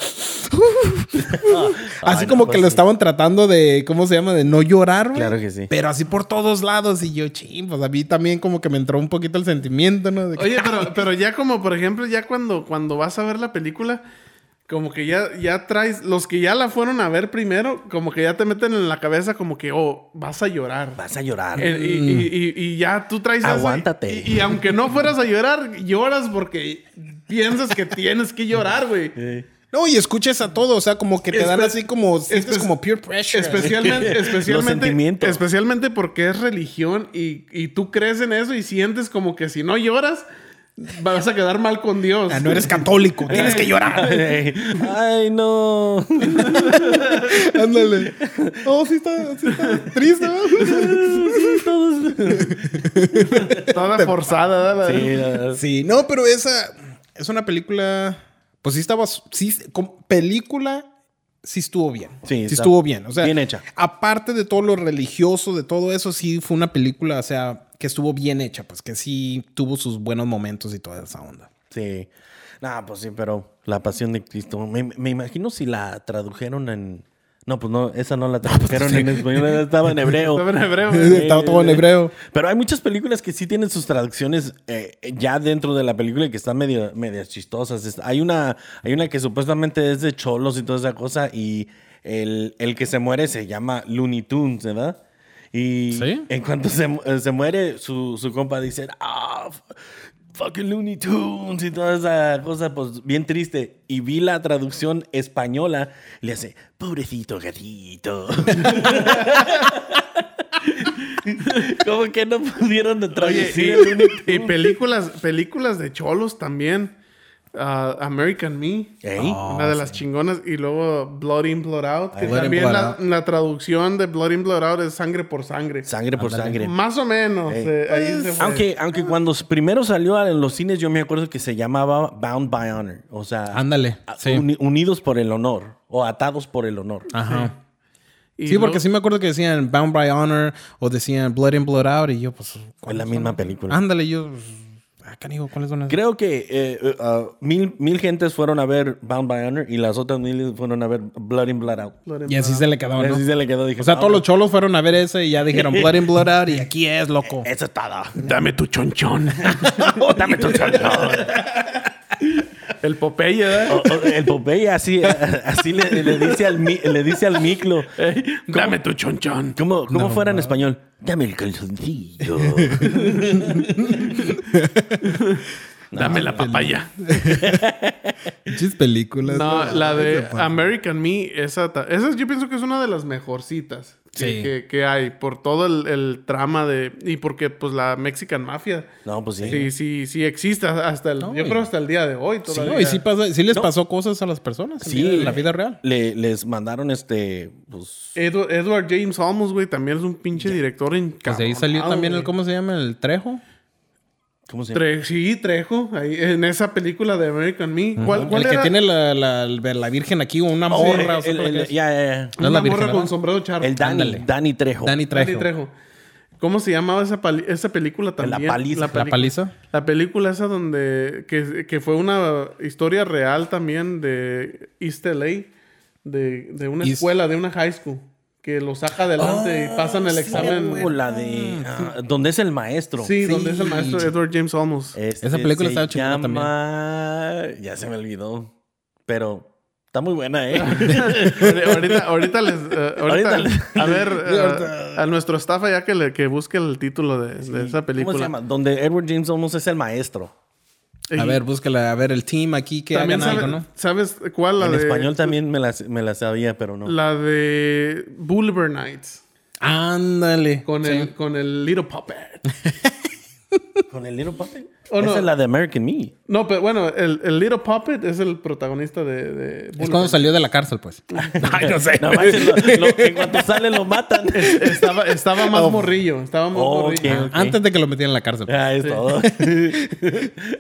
Así
Ay, no,
como
pues
que lo
sí.
estaban tratando de, ¿cómo se llama? De no llorar, güey.
Claro que sí.
Pero así por todos lados. Y yo, ching, pues a mí también como que me entró un poquito el sentimiento, ¿no? De que-
Oye, pero, pero ya como, por ejemplo, ya cuando, cuando vas a ver la película, como que ya, ya traes... Los que ya la fueron a ver primero, como que ya te meten en la cabeza como que, oh, vas a llorar.
Vas a llorar.
Eh, y, y- y- y ya tú traes eso y-
Mm. Aguántate.
Y, y aunque no fueras a llorar, lloras porque piensas que tienes que llorar, güey.
No, y escuches a todo. O sea, como que te dan
Espe-
así como... Sientes
espe-
como peer pressure.
*laughs*
Especialmente, especialmente,
sentimientos.
especialmente porque es religión y, y tú crees en eso y sientes como que si no lloras, vas a quedar mal con Dios.
Ah, no eres católico. tienes que llorar.
*laughs* Ay, no.
Ándale. Oh, sí está, sí está triste, ¿no?
Toda forzada. ¿verdad?
Sí, la verdad.
Sí, no, pero esa es una película... Pues sí estaba... Sí, con película... Sí estuvo bien.
Sí,
sí
está
estuvo bien. O sea,
bien hecha.
Aparte de todo lo religioso, de todo eso, sí fue una película, o sea, que estuvo bien hecha, pues que sí tuvo sus buenos momentos y toda esa onda.
Sí. Nah, pues sí, pero La Pasión de Cristo. Me, me imagino si la tradujeron en. No, pues no, esa no la tradujeron en español, estaba en hebreo.
Estaba en hebreo.
*laughs* Estaba todo en hebreo.
Pero hay muchas películas que sí tienen sus traducciones eh, ya dentro de la película y que están medio, medias chistosas. Es- Hay una, hay una que supuestamente es de cholos y toda esa cosa y el, el que se muere se llama Looney Tunes, ¿verdad? Y
Sí.
en cuanto se, mu- eh, se muere, su, su compa dice, ah, f- fucking Looney Tunes y toda esa cosa, pues bien triste. Y vi la traducción española, y le hace, pobrecito gatito. *laughs* Como que no pudieron
Oye,
traducir. el Looney Tunes.
y, y películas, películas de cholos también. Ah, American Me. Ah,
Ey.
Una
Ah,
de las chingonas. Y luego Blood In, Blood Out. Que
Blood in,
también
Blood
la,
Out.
la traducción de Blood In, Blood Out es sangre por sangre.
Sangre por sangre.
Más o menos. eh,
Pues,
ahí se fue.
Aunque, aunque cuando s- primero salió en los cines, yo me acuerdo que se llamaba Bound by Honor. O sea,
Ándale,
a-
sí. Ah,
uni- unidos por el honor o atados por el honor.
Ajá.
Y
Sí, porque
luego-
sí me acuerdo que decían Bound by Honor o decían Blood in, Blood out y yo pues...
Es la misma película.
Ándale, yo... pues, Ah, canijo, ¿cuáles son las...?
Creo que eh, eh, ah, mil, mil gentes fueron a ver Bound by Honor y las otras miles fueron a ver Blood in Blood Out.
Blood in,
Y así se le quedó, ¿no?
Así se le quedó. Dije,
O sea,
"Ah,
todos los cholos fueron a ver ese y ya dijeron Blood in, Blood out y
*laughs*
aquí es, loco.
Eso es todo. *laughs*
Dame tu chonchón.
Dame tu chonchón.
El Popeye, ¿verdad?
O- o el Popeye así, eh, así le, le dice al, mi- le dice al Miclo.
Ey, Dame tu chonchón.
¿Cómo, cómo fuera en español? Dame el calzoncillo.
Dame la papaya.
Muchas películas.
No, la de ah,
Esa, pues.
American Me, esa, ta- esa yo pienso que es una de las mejorcitas que,
Sí.
que, que hay por todo el, el trama de... Y porque pues la Mexican Mafia
No, pues sí.
sí, sí, sí existe hasta el...
No,
yo
y-
creo hasta el día de hoy
Sí,
todavía.
no, y sí, pasa- sí les
No.
pasó cosas a las personas. en
Sí.
la- en la vida real.
Le- les mandaron este. Pues,
Edu- Edward James Olmos, güey, también es un pinche director en
Pues de ahí
Ah,
salió también el, ¿cómo se llama? El Trejo.
¿Cómo se llama?
Tre- sí, Trejo, ahí, en esa película de American Me. ¿Cuál, cuál
el
era? eh,
que tiene la, la, la virgen aquí, o una
Oh,
morra. o sea,
el-
por
el-
la
el-
que-
ya, ya, ya.
No es
Una
la
morra
virgen. ¿verdad?
con sombrero charro.
El Dani,
Ándale.
Dani Trejo.
Dani Trejo.
eh, Dani Trejo. ¿Cómo se llamaba esa, pali- esa película también?
paliza.
La
pelicu-
paliza.
La película esa donde... Que, que fue una historia real también de East LA. De, de una
East- Ah,
escuela, de una high school. Que lo saca adelante y pasan el examen.
O la de. ah, donde es el maestro.
Sí,
Sí. Eh.
donde es el maestro Edward James Olmos.
Este
Esa película
se
estaba chingona también.
llama- Ya se me olvidó. Pero está
*laughs*
muy buena, ¿eh?
*laughs* ahorita, ahorita les... eh, ahorita,
Ahorita les-
a
*laughs*
ver, eh, a nuestro staff ya que, le, que busque el título de, de esa película.
¿Cómo se llama? Donde Edward James Olmos es el maestro.
Y
A ver, búscala. A ver, el team aquí que
también
hagan
sabe-
algo, ¿no?
¿Sabes cuál? La
en
de,
español también me la, me la sabía, pero no.
La de Boulevard Nights.
Ándale.
Con,
Sí.
el, con el Little Puppet.
¿Con el Little Puppet?
Oh, no.
Esa es la de
*laughs*
American Me.
No, pero bueno, el, el Little Puppet es el protagonista de, de
Es
Boulevard.
cuando salió de la cárcel,
*laughs*
pues. Ay, no sé.
No manches, lo- lo- en cuanto sale lo matan.
Estaba, estaba más morrillo. Estaba más
Oh,
morrillo.
ok, ok.
*laughs* Antes de que lo metieran en la cárcel.
Ah,
*laughs*
es todo.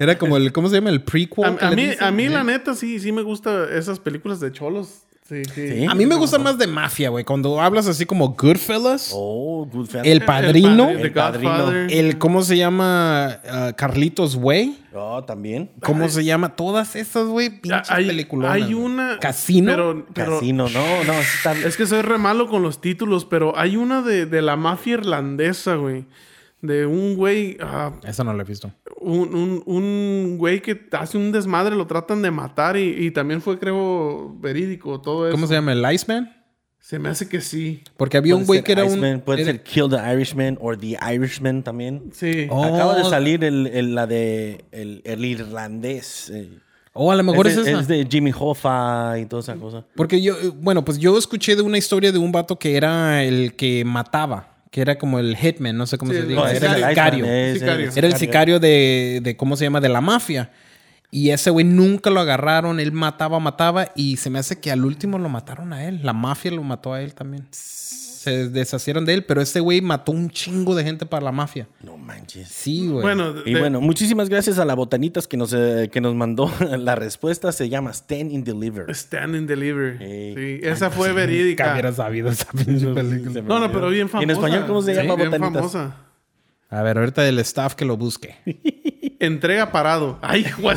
Era como el, ¿cómo se llama? El prequel. que
A, a
le
mí,
dicen.
a mí la neta, sí, sí me gustan esas películas de cholos. Sí, sí.
Sí.
A mí me gusta más de mafia, güey. Cuando hablas así como Goodfellas,
Oh, good fan.
El Padrino.
padre, The
El Padrino.
Godfather.
el, ¿cómo se llama? Ah, Carlitos, güey.
Oh, también.
¿Cómo se llama? Todas esas, güey,
Ya,
pinches
Hay,
películas.
hay una...
Casino.
Pero, pero
Casino. No, no. está-
Es que soy re malo con los títulos, pero hay una de, de la mafia irlandesa, güey. De un güey... ah,
Esa no la he visto.
un, un, un güey que hace un desmadre, lo tratan de matar y, y también fue, creo, verídico todo eso.
¿Cómo se llama? ¿El Iceman?
Se me hace que sí.
Porque había un güey
puede ser
que era
Iceman,
un.
Puede
era-
ser Kill the Irishman o The Irishman también.
Sí.
Oh.
Acaba de salir el, el- la de el, el irlandés. eh.
Oh, a lo mejor es,
de-
esa.
es de Jimmy Hoffa y toda esa cosa.
Porque yo, eh, bueno, pues yo escuché de una historia de un vato que era el que mataba, que era como el hitman, no sé cómo
Sí,
se
no,
diga.
ese
era
es
el
el
sicario.
Iceman, es
Sicario.
Era el sicario de, de, ¿cómo se llama? De la mafia. Y ese güey nunca lo agarraron, él mataba, mataba y se me hace que al último lo mataron a él. La mafia lo mató a él también. Se deshacieron de él, pero ese güey mató un chingo de gente para la mafia.
No manches.
Sí, güey.
Bueno,
Y
de-
bueno, muchísimas gracias a la botanitas que nos, eh, que nos mandó. *laughs* La respuesta se llama Stand in Deliver.
Stand and Deliver. Sí,
Ey.
esa fue verídica.
Nunca hubiera sabido esa pinche película.
No, no, pero bien famosa.
¿En español cómo se
Sí,
llama
bien
botanitas?
famosa.
A ver, ahorita el staff que lo busque.
Entrega parado. Ay, güey.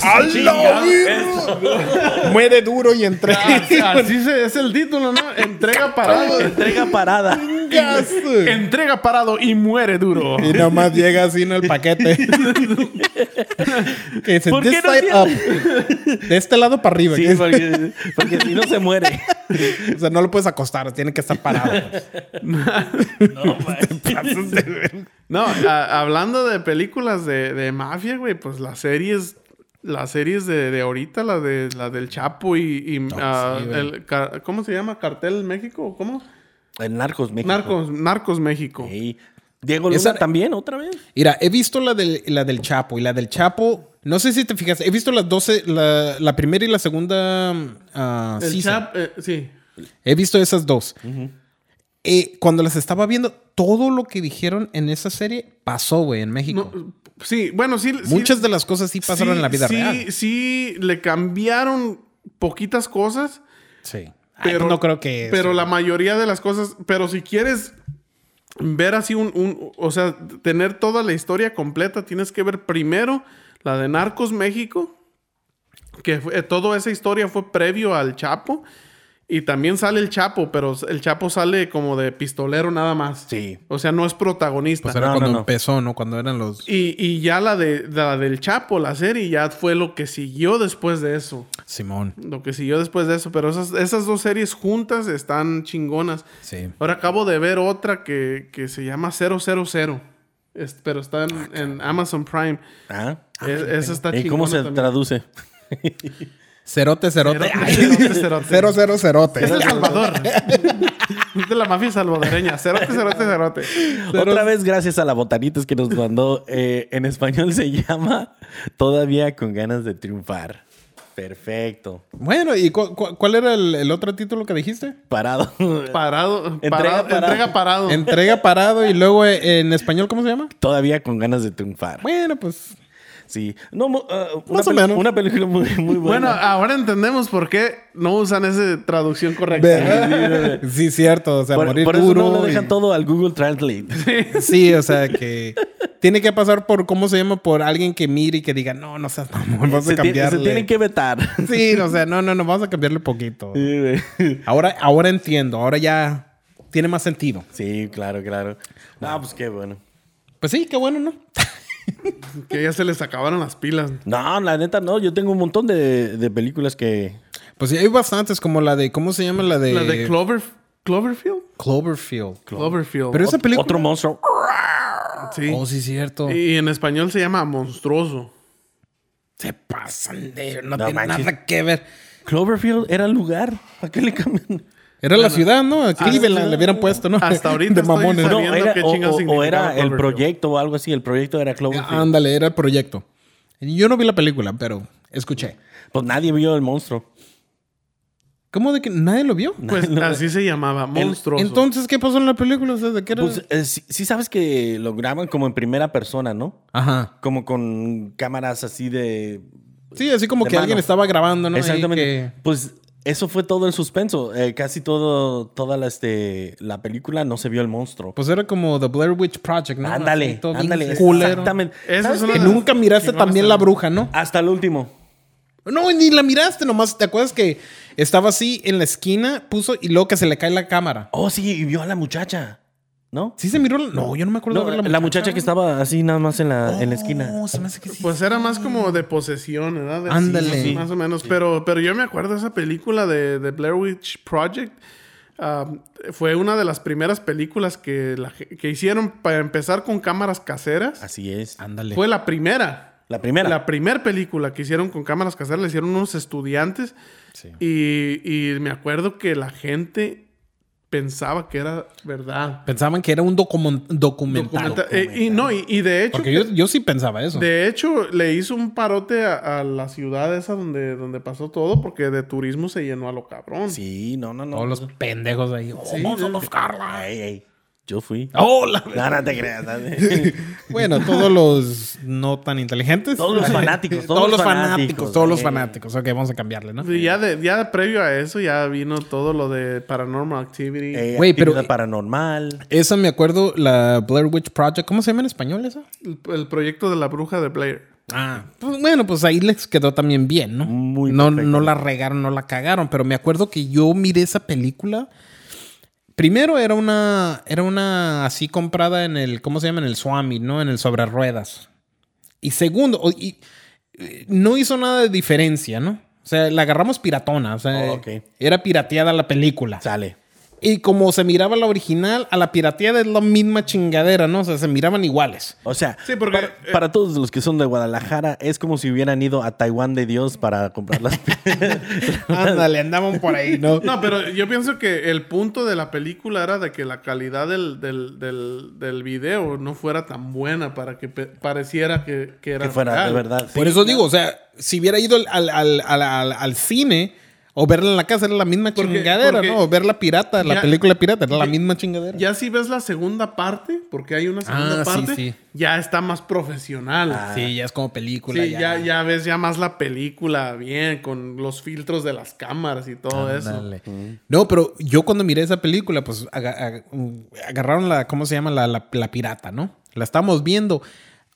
Muere duro y entre.
Así,
*laughs*
así se- es el título, ¿no? Entrega parado. *laughs*
Entrega parada.
Entrega parado *laughs* y muere duro.
*laughs*
Y nomás llega así en el paquete. que dice,
¿Por qué
"This
no
side up". De este lado para arriba.
Sí,
que es-
porque, porque si no se muere.
o sea, no lo puedes acostar, tiene que estar parado. pues.
No, a- hablando de películas de, de mafia, güey, pues las series, las series de, de ahorita, la de la del Chapo y, y, ah,
sí, güey.
el ca- ¿cómo se llama? Cartel México, ¿cómo?
*laughs* En Narcos México.
Narcos, Narcos México.
Ey. Diego Luna
Esa-
también, otra vez.
Mira, he visto la del, la del Chapo y la del Chapo. No sé si te fijas, he visto las 12, la, la primera y la segunda. ah,
El
season.
Chapo, eh, sí.
He visto esas dos. Eh, cuando las estaba viendo, todo lo que dijeron en esa serie pasó, güey, en México.
No, sí, bueno, sí. sí-
Muchas de las cosas sí pasaron
sí-
en la vida
sí,
real.
Sí, le cambiaron poquitas cosas.
Sí.
Pero
Pero pues no creo que.
Pero
eso-
la mayoría de las cosas. Pero si quieres ver así un, un- O sea, tener toda la historia completa, tienes que ver primero la de eh, Narcos México. Que fue- toda esa historia fue previo al Chapo. Y también sale el Chapo, pero el Chapo sale como de pistolero nada más.
Sí.
O sea, Ah, no es protagonista.
Pues era
No, no,
cuando
no.
empezó, ¿no? Cuando eran los.
y, y ya la, de, la del Chapo, la serie, ya fue lo que siguió después de eso.
Simón.
Lo que siguió después de eso. Pero esas, esas dos series juntas están chingonas.
Sí.
Ahora acabo de ver otra que, que se llama 000. Es- pero está en,
Ah,
en Amazon Prime.
Ah.
Es- esa está
¿Y cómo se
chingona
traduce?
Cerote, cerote.
también. Cerote, cerote.
*laughs* Cero, cero, cerote.
Es de Salvador. *laughs* es de la mafia salvadoreña. Cerote, cerote, cerote.
Otra vez, gracias a la botanitas que nos mandó. eh, en español se llama Todavía con ganas de triunfar. Perfecto.
Bueno, ¿y cu- cu- cuál era el, el otro título que dijiste?
Parado.
*laughs*
Parado.
Entrega
parado-
parado.
Entrega parado.
Entrega parado y luego eh, en español, ¿cómo se llama?
Todavía con ganas de triunfar.
Bueno, pues.
Sí. No, mu- ah, una
Más o
peli-
menos.
Una película muy, muy
Bueno,
buena.
ahora entendemos por qué no usan esa traducción correcta.
¿verdad? Sí, cierto. O sea,
por,
morir
por eso
duro.
no le dejan
y-
todo al Google Translate.
*laughs* Sí, o sea, que tiene que pasar por, ¿cómo se llama? Por alguien que mire y que diga, no, no seas mamón, vamos
se,
a
tie- se
cambiarle.
tienen que vetar. *laughs*
Sí, o sea, no, no, no, vamos a cambiarle poquito.
Sí,
*laughs*
güey.
Ahora, ahora entiendo, ahora ya tiene más sentido.
Sí, claro, claro. No, pues qué bueno.
Pues sí, qué bueno, ¿no?
Que ya se les acabaron las pilas.
No, la neta, no. Yo tengo un montón de, de películas que.
Pues sí, hay bastantes, como la de, ¿cómo se llama? La de,
La de Clover, Cloverfield.
Cloverfield.
Cloverfield.
Pero esa película...
Otro monstruo.
Sí.
Oh, sí, cierto.
Y en español se llama Monstruoso.
*laughs* Se pasan de... No,
No
tiene
manches.
nada que ver.
Cloverfield era el lugar. ¿A qué le cambian?
Era la ciudad, ¿no? A Cleveland le hubieran puesto, ¿no?
hasta ahorita
*laughs* De
estoy
mamones.
sabiendo-
No,
Sabiendo
era,
qué
o,
chingados
o- o
significaba
era el
Cloverfield.
proyecto o algo así. El proyecto era Cloverfield.
Ándale, era el proyecto. Yo no vi la película, pero escuché.
Pues nadie vio el monstruo.
¿Cómo de que nadie lo vio?
Pues así se llamaba, Monstruoso.
Entonces, ¿qué pasó en la película? O sea, ¿de qué era?
Pues eh, sí, sí sabes que lo graban como en primera persona, ¿no?
Ajá.
Como con cámaras así de
Sí, así como
De
que alguien
mano.
estaba grabando, ¿no? Ahí
Exactamente.
que-
Pues eso fue todo el suspenso. Eh, casi todo, toda la, este, la película no se vio el monstruo.
Pues era como The Blair Witch Project, ¿no?
ándale,
Así, todo bien
ándale.
culero.
Exactamente.
Eso
¿Sabes
es una-
qué?
Que nunca miraste también la bruja, ¿no?
Hasta el último.
No, ni la miraste nomás. ¿Te acuerdas que estaba así en la esquina, puso y luego que se le cae la cámara?
Oh, sí, y vio a la muchacha. ¿No?
¿Sí se miró? la- No, yo no me acuerdo
No,
de
la,
ver
muchacha. que estaba así nada más en la, en la esquina.
No, se me hace que sí.
Pues era más como de posesión, ¿verdad? De-
Ándale.
sí, sí, Más o menos. Pero, pero yo me acuerdo de esa película de, de Blair Witch Project. Um, fue una de las primeras películas que, la ge- que hicieron para empezar con cámaras caseras.
Así es.
Ándale.
Fue la primera.
La primera.
La primera película que hicieron con cámaras caseras la hicieron unos estudiantes.
Sí.
Y, y me acuerdo que la gente pensaba que era verdad.
Pensaban que era un documen- documental.
Documenta- eh, y no, y, y de hecho.
Porque yo, yo sí pensaba eso.
De hecho, le hizo un parote a, a la ciudad esa donde, donde pasó todo, porque de turismo se llenó a lo cabrón.
Sí, no, no, no.
Todos los pendejos ahí. Oh, vamos a los Carla.
Ay, ay. Yo fui.
Hola.
*laughs* No, no te creas. no.
Bueno, todos los no tan inteligentes.
Todos los fanáticos, eh,
todos, los fanáticos. todos los fanáticos. Ok, vamos a cambiarle, ¿no?
Y ya, de, ya previo a eso, ya vino todo lo de Paranormal Activity.
Eh,
Güey, pero-
actividad paranormal.
Esa me acuerdo, la Blair Witch Project. ¿Cómo se llama en español esa?
El, el proyecto de la bruja de Blair.
Ah, pues, bueno, pues ahí les quedó también bien, ¿no?
Muy
no,
perfecto.
no la regaron, no la cagaron, pero me acuerdo que yo miré esa película. Primero era una, era una así comprada en el, ¿cómo se llama? En el Swami, ¿no? En el sobre ruedas. Y segundo, o- y, eh, no hizo nada de diferencia, ¿no? O sea, la agarramos piratona, o sea,
Oh, ok.
era pirateada la película.
Sale.
Y como se miraba la original, a la pirateada es la misma chingadera, ¿no? O sea, se miraban
*laughs*
iguales.
O sea,
Sí, porque,
para,
eh,
para todos los que son de Guadalajara, es como si hubieran ido a Taiwán de Dios para
*laughs*
comprar las
Ándale, andaban por ahí, ¿no?
No, pero yo pienso que el punto de la película era de que la calidad del, del, del, del video no fuera tan buena para que pe- pareciera que, que era
que fuera de
real.
verdad.
Por eso digo, o sea, si hubiera ido al, al, al, al- al- al cine o verla en la casa, era la misma
Porque-
chingadera,
porque-
¿no? O verla pirata, la
Ya-
película pirata, era la misma chingadera.
Ya si ves la segunda parte, porque hay una segunda
Ah, sí,
parte,
sí.
ya está más profesional.
Ah,
Ah, sí, ya es como película.
Sí, ya, ya ves ya más la película bien, con los filtros de las cámaras y todo eso.
Ándale. No, pero yo cuando miré esa película, pues aga- aga- um, agarraron la, ¿cómo se llama? La, la- la pirata, ¿no? La estábamos viendo.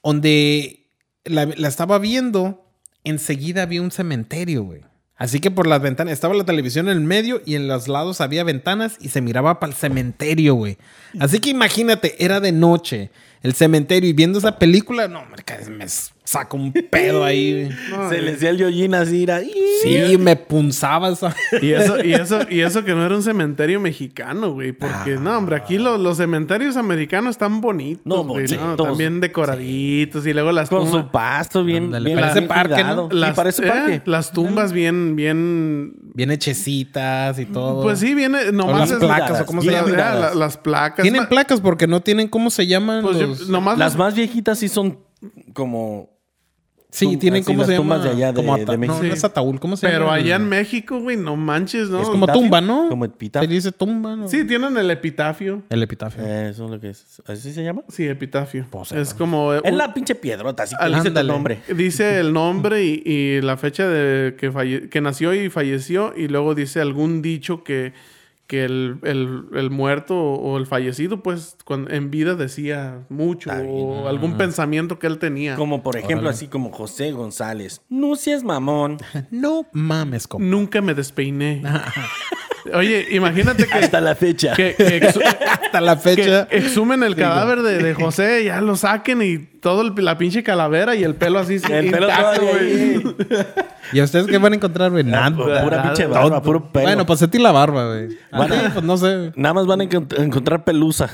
Donde la, la estaba viendo, enseguida había un cementerio, güey. Así que por las ventanas estaba la televisión en el medio y en los lados había ventanas y se miraba para el cementerio, güey. Así que imagínate, era de noche, el cementerio y viendo esa película, no, hombre, que me saco un pedo ahí. güey.
No, eh.
Se
y-
le decía al Yoyin así, era...
Sí, me punzaba esa. *laughs*
Y eso, y eso, y eso que no era un cementerio mexicano, güey. Porque,
Ah,
no, hombre, aquí los, los cementerios americanos están bonitos,
No,
güey. ¿no?
bonitos.
También decoraditos y luego las
Con
tumbas.
su pasto bien,
Ándale,
bien
parece
bien
parque, ¿no?
cuidado. Sí,
Las,
parece
eh,
parque.
las tumbas bien, bien.
Bien hechecitas y todo.
Pues sí, viene. Nomás
las
es-
placas, o cómo se
Las-
llaman.
ah, la- las placas.
Tienen
Ma-
placas porque no tienen cómo se llaman
Pues yo-
los-
nomás
Las más viejitas sí son como...
Sí,
tum-
tienen
así
cómo
las
se llama.
tumbas de allá de-
como
de
ata-
México.
No, no
Sí.
es ataúd, ¿cómo se llama?
Pero allá
El-
en México, güey, no manches, ¿no?
Es
como
Epitafio,
tumba, ¿no?
como epitafio.
Se dice tumba, ¿no?
Sí, tienen el epitafio.
El epitafio.
eh, eso es lo que es. ¿Así se llama?
Sí, epitafio.
Pues,
es como. eh,
Es
un-
la pinche piedrota, así que
Al-
dice tu
ándale.
nombre. *laughs*
Dice el nombre y, y la fecha de que, falle- que nació y falleció y luego dice algún dicho que, que el, el- el muerto o el fallecido pues cuan- en vida decía mucho
Está bien.
o algún pensamiento que él tenía.
Como por ejemplo, así como José González. No seas mamón.
No mames, compa.
Nunca me
*laughs*
despeiné. Oye, imagínate que,
Hasta la fecha.
que-
*laughs*
que exu-
*laughs* Hasta la fecha.
que exhumen el cadáver de, de José, ya lo saquen y todo el- la pinche calavera y el pelo así
El pelo
intacto,
todavía
güey.
ahí. Ah,
¿Y a ustedes qué van a encontrar, güey? Nada.
Pura pinche barba, puro pelo.
Bueno, pues a ti la barba, güey. A
Bueno.
ti, pues
*laughs*
no sé.
Nada más van a encont- encontrar
*laughs*
pelusa.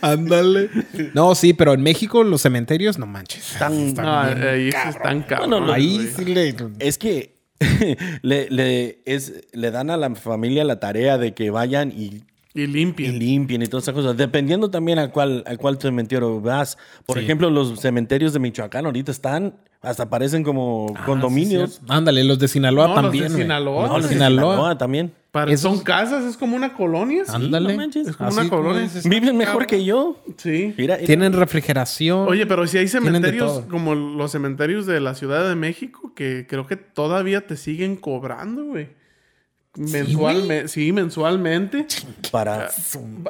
Ándale. No, sí, pero en México los cementerios, no manches.
Tan-
No, ahí sí están
Bueno,
cabrones,
lo-
Ahí
güey.
sí le...
Es que *laughs* le, le- es, le dan a la familia la tarea de que vayan y,
Y
y
limpien.
limpien y todas esas cosas. Dependiendo también a cuál, a cuál cementerio vas. Por ejemplo, los cementerios de Michoacán ahorita están, hasta parecen como
Ah,
condominios.
Ándale, los de Sinaloa
No, los de
también. güey.
Sinaloa,
No,
No,
los
los
de
de
Sinaloa.
Sinaloa también.
Para-
Esos-
son casas, es como una colonia. sí.
Ándale.
no manches.
Es como una
Así
colonia.
es, es-
Viven mejor que yo.
Sí.
Mira, mira.
Tienen refrigeración.
Oye, pero si hay
Tienen de
cementerios
todo.
como los cementerios de la Ciudad de México que creo que todavía te siguen cobrando, güey. Mensualmente, sí, mensualmente
para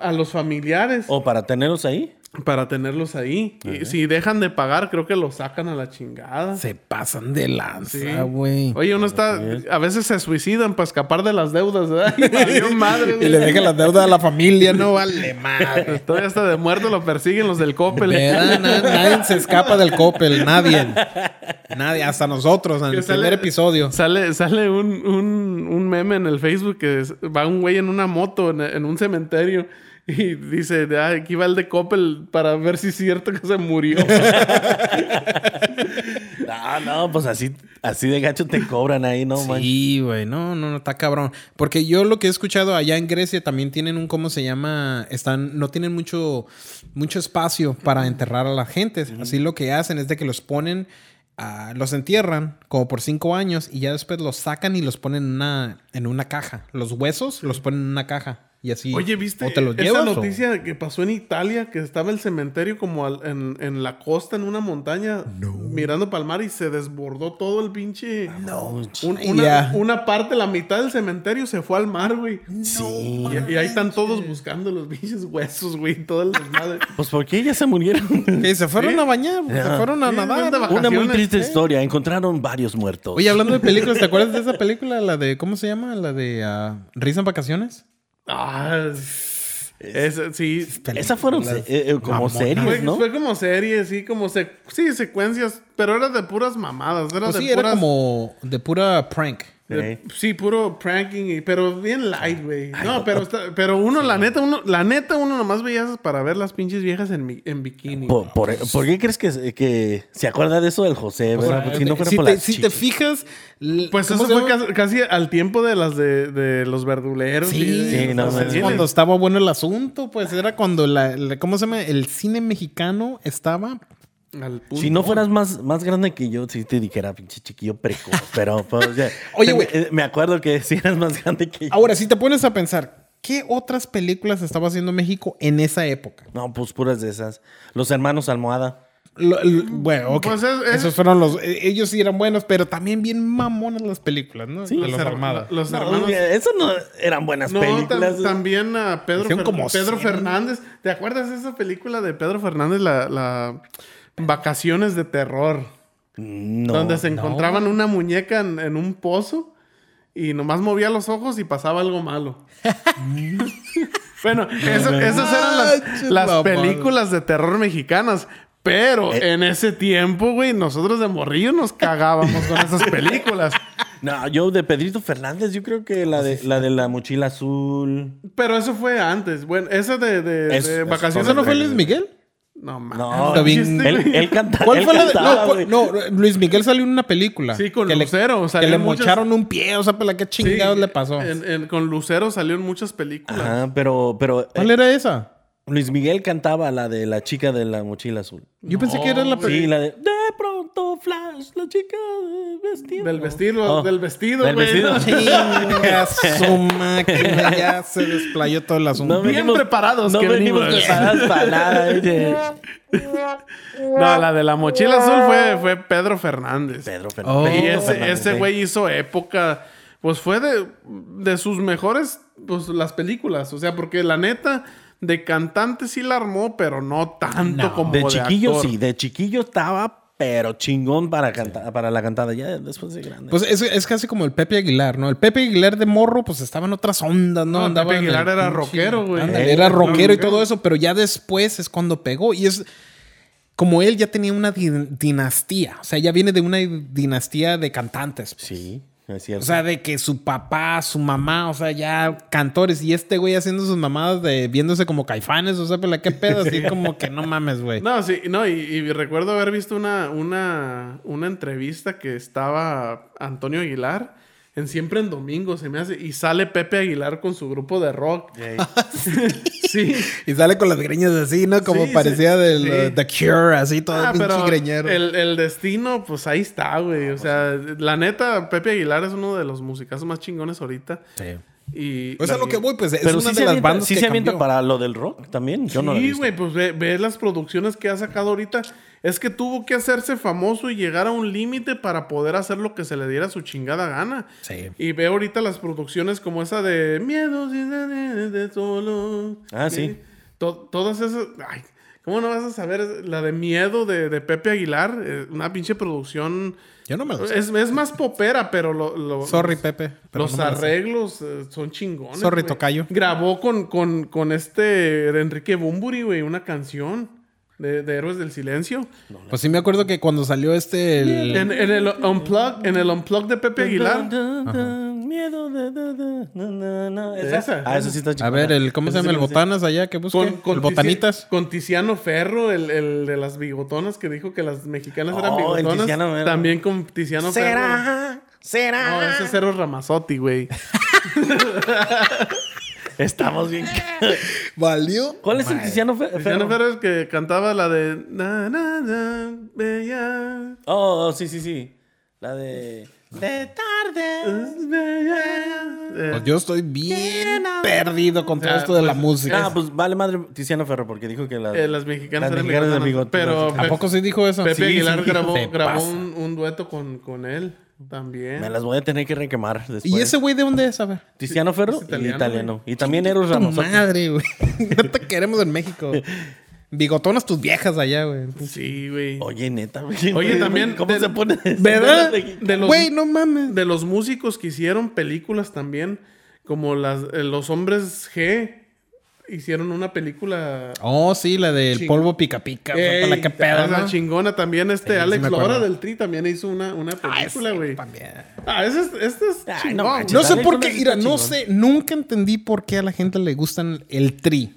a los familiares
Oh.
o para tenerlos ahí.
para tenerlos ahí. Y si dejan de pagar, creo que los sacan a la chingada.
Se pasan de lanza,
Sí.
güey.
Oye, uno está a veces se suicidan para escapar de las deudas, ¿verdad? *laughs* Y valió madre,
*laughs* Y
güey.
le dejan la deuda a la familia, no vale
*laughs*
madre.
Todavía hasta de muerto lo persiguen los del Coppel.
¿Verdad? Na- nadie se escapa del Coppel, nadie. Nadie, hasta nosotros en
Que
el
sale-
primer
*laughs*
episodio.
Sale, sale un, un- un meme en el Facebook que es- va un güey en una moto en, en un cementerio y dice, "Ah, aquí va el de Coppel para ver si es cierto que se murió.
*laughs*
No, no, pues así, así de gacho te cobran ahí, no manches.
Sí, güey, no, no, no, está cabrón. Porque yo lo que he escuchado allá en Grecia también tienen un, ¿cómo se llama? Están, no tienen mucho, mucho espacio para enterrar a la gente. Así lo que hacen es de que los ponen, ah, los entierran como por cinco años y ya después los sacan y los ponen en una, en una caja. Los huesos los ponen en una caja y así.
Oye, ¿viste
O te los
esa
llevas o- *laughs*
noticia que pasó en Italia? Que estaba el cementerio como al- en, en la costa, en una montaña, mirando para el mar y se desbordó todo el
Ah,
pinche... Un- una,
Ya.
una parte, la mitad del cementerio se fue al mar, güey.
Sí.
Y, y ahí están todos buscando los pinches huesos, güey, todo el desmadre.
Pues ¿por qué ya se
*laughs*
murieron?
Que se fueron a bañar, se fueron a
Sí,
nadar.
anda
¿no?
bajando.
Una muy
Vacaciones,
triste
¿eh?
historia. Encontraron varios muertos.
Oye, hablando de películas, ¿te acuerdas de esa película? La de, ¿cómo se llama? La de ah, Risa en Vacaciones.
Ah, esa- sí.
esas fueron se- eh, eh, como
Mamona.
Fue,
series, ¿no?
fue como serie, sí, como sec- sí, secuencias, pero era de puras mamadas. Era
Pues
de
sí,
puras,
era como de pura prank.
de-
Eh.
sí, puro pranking, y- pero bien light, güey. No, pero, está- pero uno, la neta, uno, la neta, uno nomás veía esas para ver las pinches viejas en, mi- en bikini.
Pues
Por, por- ¿por qué crees que, que se acuerda de eso del José? verdad? Porque si no
pues,
fuera
eh, si,
por
te,
las
si te
chicas.
fijas... l-
pues
¿cómo
eso
se
fue
llama?
casi, casi al tiempo de las de, de los verduleros.
Sí,
y de-
Sí, no,
los
no, no.
cines.
cuando estaba bueno el asunto, pues era cuando la, la- ¿cómo se llama? El cine mexicano estaba
Al punto.
Si no fueras más, más grande que yo, si te dijera, pinche chiquillo precoz.
*laughs*
Pero, pues, o sea,
Oye,
te-
güey.
eh, me acuerdo que si eras más grande que yo.
Ahora, si te pones a pensar, ¿qué otras películas estaba haciendo México en esa época?
No, pues puras de esas. Los hermanos Almohada.
Lo- lo- bueno, ok.
Pues es- es-
Esos fueron los. e- Ellos sí eran buenos, pero también bien mamonas las películas, ¿no?
Sí,
de los
her-
Armada.
los
No,
hermanos.
Esas no eran buenas
No, tam-
películas.
también a Pedro,
Hicieron
Fer-
como
Pedro
cien.
Fernández. ¿Te acuerdas de esa película de Pedro Fernández, la, la Vacaciones de Terror?
No.
donde se
no.
encontraban una muñeca en, en un pozo y nomás movía los ojos y pasaba algo malo. bueno, eso- esas eran las,
Manches,
las
mamada.
películas de terror mexicanas. Pero en ese tiempo, güey, nosotros de morrillo nos cagábamos con esas películas.
No, yo de Pedrito Fernández, yo creo que la de la, de la mochila azul.
Pero eso fue antes. Bueno, esa de, de-
Es-
de
es
vacaciones
¿Ese no
no
fue
fue...
Luis Miguel?
No, mames.
No,
Está bien.
Chiste,
él,
güey.
él canta.
¿Cuál
él
fue la de.?
cantaba,
No, cu-
güey.
no, Luis Miguel salió en una película.
Sí, con
que le-
Lucero,
Que
salió
le
en muchas-
mocharon un pie, o sea, pues la que
Sí,
chingados le pasó.
en- en- con Lucero salió en muchas películas.
Ajá, pero, pero eh,
¿Cuál era esa?
Luis Miguel cantaba la de la chica de la mochila azul.
Yo pensé que era la.
güey.
Sí, la de. De pronto, Flash, la chica del vestido.
Del vestido,
Oh,
del vestido,
Del
güey.
vestido. Sí. *laughs*
Chinga su máquina, ya se desplayó todo el asunto.
No
Bien
venimos-
preparados
No
que
venimos
venimos. Oh,
preparadas
*laughs*
para nada. oye.
No, la de la mochila azul fue, fue Pedro Fernández.
Pedro Fernández.
Oh.
y
Pedro
ese,
Fernández,
ese güey hizo época. Pues fue de, de sus mejores, pues las películas. O sea, porque la neta, de cantante sí la armó, pero no tanto
No.
como de,
De chiquillo
actor.
sí, de chiquillo estaba, pero chingón para, canta- para la cantada. Ya después de grande.
Pues es, es casi como el Pepe Aguilar, ¿no? El Pepe Aguilar de morro, pues estaban otras ondas, ¿no?
No,
Andaba
Pepe
en el
Aguilar era
pinche-
rockero, güey.
Ándale,
Eh,
era
era
rockero y
rockero.
todo eso, pero ya después es cuando pegó. Y es como él ya tenía una di- dinastía. O sea, ya viene de una dinastía de cantantes. pues.
sí, es cierto.
O sea, de que su papá, su mamá, o sea, ya cantores. Y este güey haciendo sus mamadas de viéndose como caifanes, o sea, pero qué pedo. *laughs* Así como que no mames, güey.
No, sí, no, y, y recuerdo haber visto una, una, una entrevista que estaba Antonio Aguilar en Siempre en Domingo, se me hace, y sale Pepe Aguilar con su grupo de rock. *laughs* sí.
Y sale con las greñas así, ¿no? Como
Sí,
parecía
sí,
del
sí.
eh, The Cure, así todo
Ah,
pinche
pero
greñero.
el, el destino, pues ahí está, güey. O sea, la neta, Pepe Aguilar es uno de los musicazos más chingones ahorita. Y,
Pues a lo
y-
que voy, pues es
pero
una
sí
de
se,
las
avienta,
bandas
sí
que
se avienta
cambió.
para lo del rock también. Yo no lo he
sí,
visto.
güey, pues ve- ves las producciones que ha sacado ahorita. Es que tuvo que hacerse famoso y llegar a un límite para poder hacer lo que se le diera su chingada gana.
Sí.
Y veo ahorita las producciones como esa de Miedos y de, de- de solo.
Ah, sí.
To- todas esas. Ay, ¿cómo no vas a saber la de Miedo de, de Pepe Aguilar? Eh, Una pinche producción.
Yo no me lo sé.
Es, es más popera, pero lo. lo-
Sorry, Pepe. pero
los
no me lo sé.
arreglos eh, son chingones.
Sorry,
güey.
tocayo.
Grabó con, con, con este Enrique Bumburi, güey, una canción de, de Héroes del Silencio.
Pues sí me acuerdo que cuando salió este... el-
En, en el unplug, en el unplug de Pepe Aguilar.
Miedo de- de- de- na, na, na.
De
Esa-
esa.
Ah, esa sí está chingona.
A ver, el, ¿cómo se
Esa sí
llama? El
me gusta.
Botanas allá que busqué.
Con, con Tici-
el Botanitas.
con Tiziano Ferro, el, el de las bigotonas que dijo que las mexicanas eran
Oh, el
bigotonas.
Tiziano Ferro.
También con Tiziano Ferro.
Será, será.
No, ese es Eros Ramazotti, güey.
Estamos bien.
¿Valió?
*laughs* ¿Cuál es el Tiziano Fe-
Tiziano
Ferro?
Ferro es el que cantaba la de... Na, na, na, bella,
Oh, oh, sí, sí, sí. La de. De tarde.
es bella. Eh,
Pues yo estoy bien perdido con todo
Ah,
esto de la
pues,
música.
Ah, pues vale madre Tiziano Ferro porque dijo que la.
Eh, las mexicanas
Las
eran
mexicanas eran
bigotonas.
bigotonas.
Pero
¿A
Pe-
poco sí dijo eso?
Pepe
Sí,
Aguilar
sí,
grabó,
se
grabó
pasa.
un, un dueto con, con él también.
Me las voy a tener que requemar después.
¿Y ese güey de dónde es? A ver.
Tiziano Ferro
es
y
italiano,
italiano. Y también Eros
Tu
Ramos.
madre, güey. *laughs* No te queremos en
*laughs*
México. Bigotonas tus viejas allá, güey.
Sí, güey.
Oye, neta. güey. *laughs*
Oye, también
¿Cómo
de-
se pone? *laughs*
¿Verdad?
De los-
Ah, Güey, no mames.
De los músicos que hicieron películas también, como las, eh, los hombres G, hicieron una película...
Oh, sí, la del
Ching-
polvo pica pica. o sea,
Ey,
para
ah,
la que pedo,
la
¿no?
chingona también. Este
Sí, sí
Alex
me acuerdo.
Lora del Tri también hizo una, una
Ah,
película,
sí,
güey.
también.
Ah, ese es, este es
Ay, no
chingón.
manches,
No sé
Dale,
por
tú
qué,
le
mira,
dices
no
chingón.
sé, nunca entendí por qué a la gente le gustan el tri.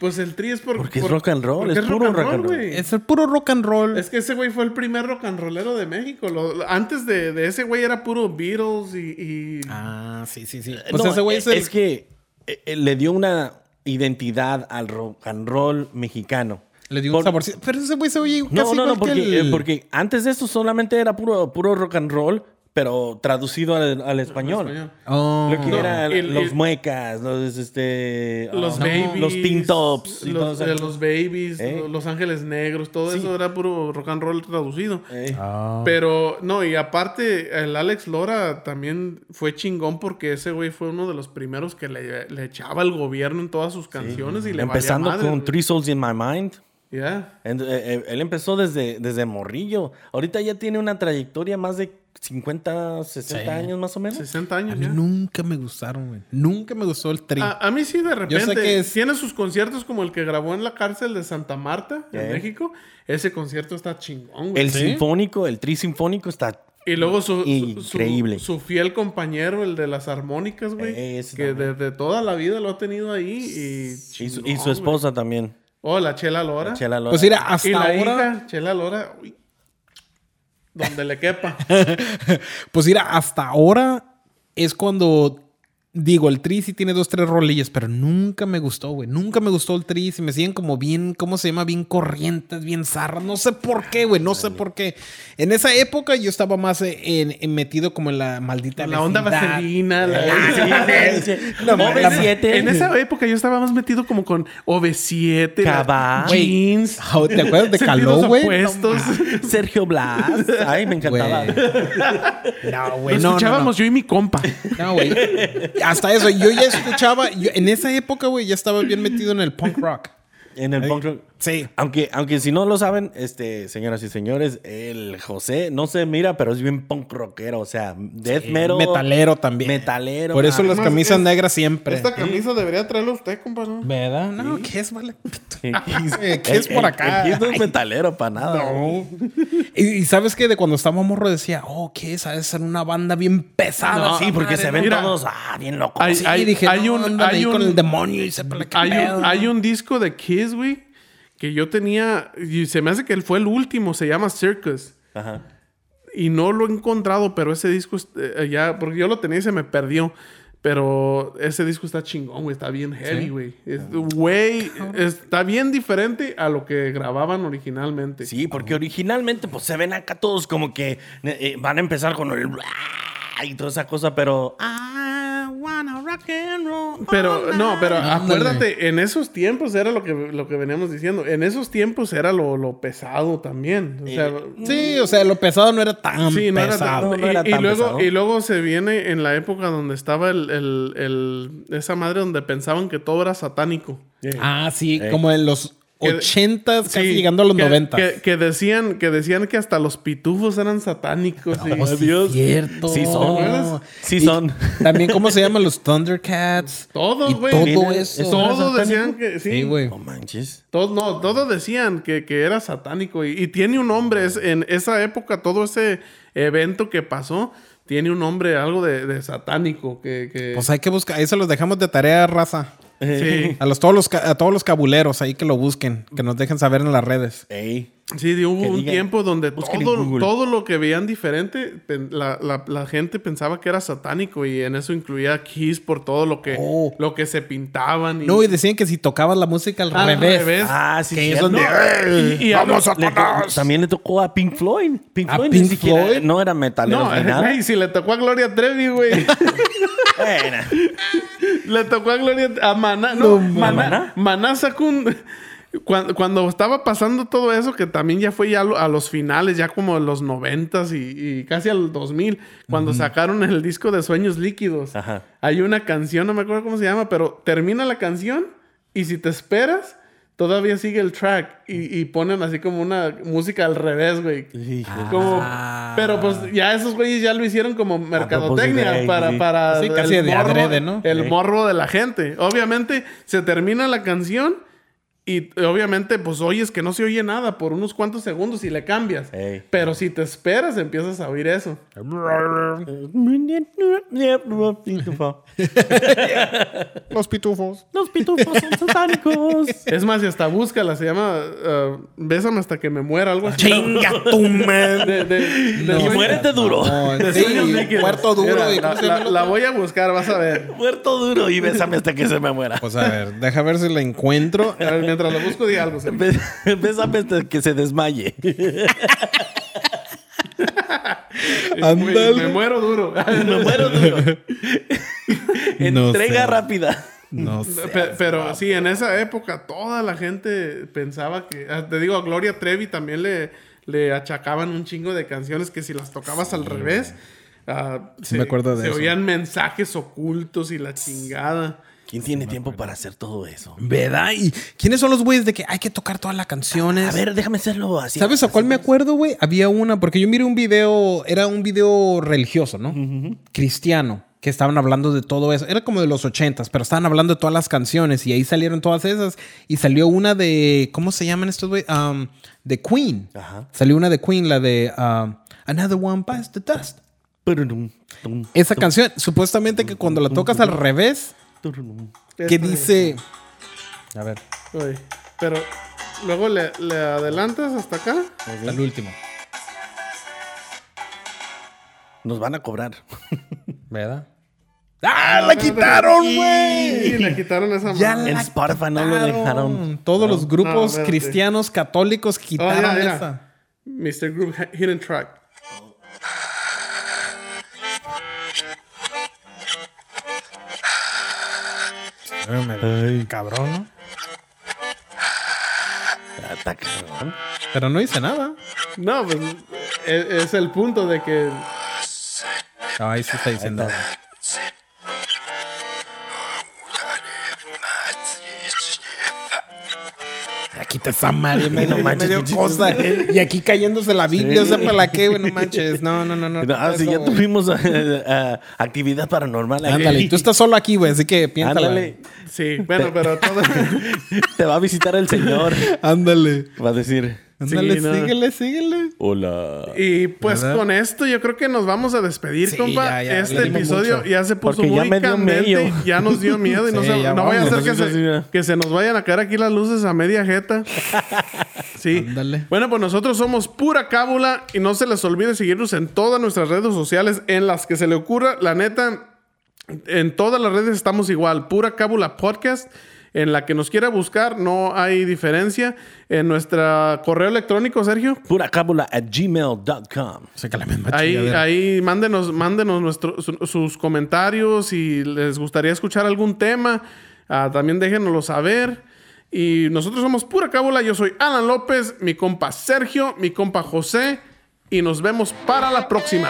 Pues el Tri es por-
Porque es
por-
rock and roll,
porque
es puro rock and roll.
güey.
Es el puro rock and roll.
Es que ese güey fue el primer rock and rollero de México. Lo- lo- antes de, de ese güey era puro Beatles y... y-
Ah, sí, sí, sí.
No,
Pues ese güey es,
eh,
el-
que eh, eh, le dio una identidad al rock and roll mexicano.
le dio un
Por-
saborcito. Pero ese güey se oye casi
No, no, no,
igual
porque,
que el...
eh, porque antes de eso solamente era puro, puro rock and roll, pero traducido al, al español.
español.
Oh.
Lo que
No,
eran
el-
los
el-
muecas, los, este,
Los
ah,
babies.
los tin tops. y todo
Los,
eso.
de los babies,
Eh.
lo- los ángeles negros, todo eso era puro rock and roll traducido.
Eh,
Ah.
Pero no, y aparte el Alex Lora también fue chingón porque ese güey fue uno de los primeros que le, le echaba el gobierno en todas sus canciones y le valía
empezando
madre,
con
güey.
Three Souls in My Mind.
Yeah.
Ent- eh, eh, él empezó desde, desde morrillo. Ahorita ya tiene una trayectoria más de 50, 60
Sí.
años más o menos.
60
A
años
mí
Ah, ya. Ah,
nunca me gustaron, güey. Nunca me gustó el tri.
A, a mí sí, de repente.
que es-
Tiene sus conciertos como el que grabó en la cárcel de Santa Marta, en
Eh.
México. Ese concierto está chingón, güey.
El
¿Sí?
sinfónico, el tri sinfónico está...
Y luego su, su- su-
Increíble.
Su, fiel compañero, el de las armónicas, güey.
Eh, ese
que
también.
desde toda la vida lo ha tenido ahí. Y,
Y su, y
chingón,
su esposa también.
güey. Oh, la Chela Lora.
Chela Lora.
Pues mira,
y
hasta
la
ahora.
hija, Chela Lora. uy, donde le quepa.
Pues mira, hasta ahora es cuando. Digo, el tri sí tiene dos, tres rolillas, pero nunca me gustó, güey. Nunca me gustó el tri. Si me siguen como bien, ¿cómo se llama? Bien corrientes, bien zarras. No sé por qué, güey. No sé por qué. En esa época yo estaba más eh, en- en metido como en *laughs* la maldita.
La onda
vecindad. Eh,
vaselina.
Ah,
*laughs*
la-
No,
No,
Pobre
la-
siete.
En esa época yo estaba más metido como con OV7,
Cabá.
jeans,
Ah,
*laughs*
¿Te acuerdas de Caló,
sentidos
güey?
opuestos.
Ah,
Sergio Blas. Ay, me encantaba.
Güey. No,
Lo
güey. No, no,
escuchábamos yo y mi compa.
No, güey. Hasta eso. Yo ya escuchaba. yo- en esa época, güey, ya estaba bien metido en el punk rock.
En el punk rock.
Sí.
Aunque, aunque si no lo saben, este, señoras y señores, el José no se mira, pero es bien punk rockero. O sea, death metal.
metalero también.
Metalero.
Por eso
ah,
las
Más
camisas
es-
negras siempre.
Esta camisa debería traerla usted, compa, ¿no?
¿Verdad? No, ¿qué es, vale? *laughs*
el Kiss-
Eh, Kiss
el-
por
el-
acá.
el Kiss no es metalero para nada.
No. Y, y sabes que de cuando estábamos morro decía, oh, ¿qué es? Ha de ser una banda bien pesada.
No,
Ah, sí, porque se ven
Mira.
todos, ah, bien locos.
Hay-
Sí,
hay-
dije,
hay
no,
un-
andan
hay
ahí
un-
con el demonio y se pela qué
Hay
pedo.
un, hay un disco de Kiss, güey, que yo tenía, y se me hace que él fue el último, se llama Circus.
Ajá.
Y no lo he encontrado, pero ese disco es- eh, ya, porque yo lo tenía y se me perdió. Pero ese disco está chingón, güey. Está bien heavy, güey.
Ah.
Es- Güey, está bien diferente a lo que grababan originalmente.
Sí, porque originalmente pues se ven acá todos como que eh, van a empezar con el y toda esa cosa, pero
Ah,
I wanna rock and roll.
Pero, no, pero
Ándale.
acuérdate, en esos tiempos era lo que, lo que veníamos diciendo. En esos tiempos era lo, lo pesado también. O
Eh,
sea,
Sí, o sea, lo pesado no era tan
sí, no era tan-
pesado.
No, no era
y- y
tan
luego-
pesado.
Y luego se viene en la época donde estaba el, el- el- esa madre donde pensaban que todo era satánico.
Ah, sí,
Ey.
como en los
Eh, Que-
ochentas, casi
Sí,
llegando a los
que-
noventas.
Que, que decían, que decían que hasta los pitufos eran satánicos. y-
Oh, sí,
Dios.
cierto.
Sí son. Sí
Y
son.
También, ¿cómo se llaman los Thundercats?
Todos,
Y
güey.
Todo eso.
Todos decían que. Sí,
Sí, güey.
No manches.
Todos, no, todos decían que, que era satánico y, y tiene un nombre. es- en esa época, todo ese evento que pasó tiene un nombre, algo de, de satánico. Que, que-
Pues hay que buscar. Ahí se los dejamos de tarea, raza.
eh,
sí,
A, los, todos los, ca- a todos los cabuleros ahí que lo busquen, que nos dejen saber en las redes.
Ey.
sí, de- hubo
Que
un
digan,
tiempo donde
busquen en
todo,
Google.
todo lo que veían diferente, pen- la, la- la gente pensaba que era satánico y en eso incluía Kiss por todo lo que,
Oh.
lo que se pintaban. Y,
No, y decían que si tocabas la música al
Al
revés.
revés.
Ah, sí,
Que es
cierto.
donde-
y- y a
¡Vamos,
lo-
Le to-
Satanás!
también le tocó a Pink Floyd. Pink
¿A
Floyd, ni
Pink
siquiera-
Floyd?
no era metalero
No, *laughs*
ni nada.
güey, si le tocó a Gloria Trevi, güey.
Era.
Le tocó a Gloria a Maná. No,
No,
Maná.
¿Maná?
Maná sacó un. cuan- Cuando, estaba pasando todo eso, que también ya fue ya lo- a los finales, ya como en los noventas y, y casi al 2000, cuando sacaron el disco de Sueños Líquidos.
Ajá.
Hay una canción, no me acuerdo cómo se llama, pero termina la canción y si te esperas, todavía sigue el track y, y ponen así como una música al revés, güey. Como-
Ah.
pero pues ya esos güeyes ya lo hicieron como mercadotecnia
propósito,
para,
sí.
para
Pues Sí, casi de adrede, ¿no?
el
Sí.
morbo de la gente. Obviamente se termina la canción y eh, obviamente pues oyes que no se oye nada por unos cuantos segundos y le cambias.
Ey.
Pero si te esperas empiezas a oír eso.
Los pitufos.
Los pitufos son satánicos.
Es más, y hasta búscala, se llama eh, Bésame hasta que me muera, algo así.
Chinga tu madre.
De-
*laughs*
de- de-
Y
de-
muérete duro.
No, sí,
sueños líquidos.
Puerto Duro.
Mira,
y
la-
¿cómo se llama el
la-
otro?
la voy a buscar, vas a ver.
Muerto duro y bésame hasta que se me muera.
Pues a ver, deja ver si
*laughs*
la encuentro.
A ver, Mientras lo busco, di algo. Sergio.
Bes- *laughs* Bésame hasta que se desmaye.
Güey, Me
Ándale.
muero duro.
*laughs* Me muero duro.
*laughs* No
Entrega
sé.
rápida.
No sé.
Pe- Pero, sí, en esa época toda la gente pensaba que. ah, Te digo, a Gloria Trevi también le, le achacaban un chingo de canciones que si las tocabas al revés. ah,
me acuerdo de
se
eso.
oían mensajes ocultos y la chingada.
¿Quién tiene tiempo para hacer todo eso?
¿Verdad? ¿Y quiénes son los güeyes de que hay que tocar todas las canciones?
A ver, déjame hacerlo así.
¿Sabes a cuál me acuerdo, güey? Había una, porque yo miré un video, era un video religioso, ¿no? Cristiano, que estaban hablando de todo eso. Era como de los ochentas, pero estaban hablando de todas las canciones y ahí salieron todas esas. Y salió una de, ¿cómo se llaman estos, güey? Um, de Queen.
Ajá.
Salió una de Queen, la de um, Another One Bites the Dust. Esa canción, supuestamente que cuando la tocas al revés, que
Esta-
dice... A ver,
Uy, Este, Pero luego le, le adelantas hasta acá.
hasta el último,
Nos van a cobrar.
¿verdad? ¡Ah, la quitaron,
Y
güey!
le quitaron esa
Ya
mano.
En
la
Spotify no lo dejaron.
Todos los
No,
grupos
espérate.
cristianos católicos quitaron
Oh, ya, ya.
esa.
Mr. Group Hi- Hidden Track.
Cabrón, ¿no?
Está cabrón.
Pero no hice nada.
No, pues e- es, el punto de que
No, ahí sí está diciendo. Quita esa madre, me,
No
me
manches,
dio
pinche-
cosa. Y aquí cayéndose la Biblia, o sea, para la qué, güey, no manches. No, no, no, no.
No, ah, sí,
Eso,
ya
güey.
tuvimos eh, eh, actividad paranormal. aquí.
Ándale, tú estás solo aquí, güey, así que piénsala.
Ándale.
sí, bueno, pero
*laughs*
todo
*laughs* Te va a visitar el señor.
Ándale.
Va a decir,
Ándale,
Sí, no.
síguele, síguele.
hola.
y pues
¿Verdad?
con esto yo creo que nos vamos a despedir,
Sí,
compa.
ya, ya, le
este
dimos
episodio
mucho.
ya se puso
Porque ya
muy
me dio
candente,
miedo.
ya nos dio miedo y no,
*laughs* Sí,
se-
ya
no vaya a ser
vamos,
que
entonces
se,
sí, ya.
que se nos vayan a caer aquí las luces a media
*laughs*
jeta. Sí.
Ándale.
Bueno, pues nosotros somos pura cábula y no se les olvide seguirnos en todas nuestras redes sociales, en las que se le ocurra, la neta, en todas las redes estamos igual, pura cábula podcast. En la que nos quiera buscar, no hay diferencia. En nuestro correo electrónico, Sergio,
Pura cábula at gmail.com.
O sea, que la misma *laughs*
Ahí,
chingadera.
ahí mándenos, mándenos nuestro- su- sus comentarios si les gustaría escuchar algún tema. ah, también déjenoslo saber. Y nosotros somos Pura Cábula. Yo soy Alan López, mi compa Sergio, mi compa José. Y nos vemos para la próxima.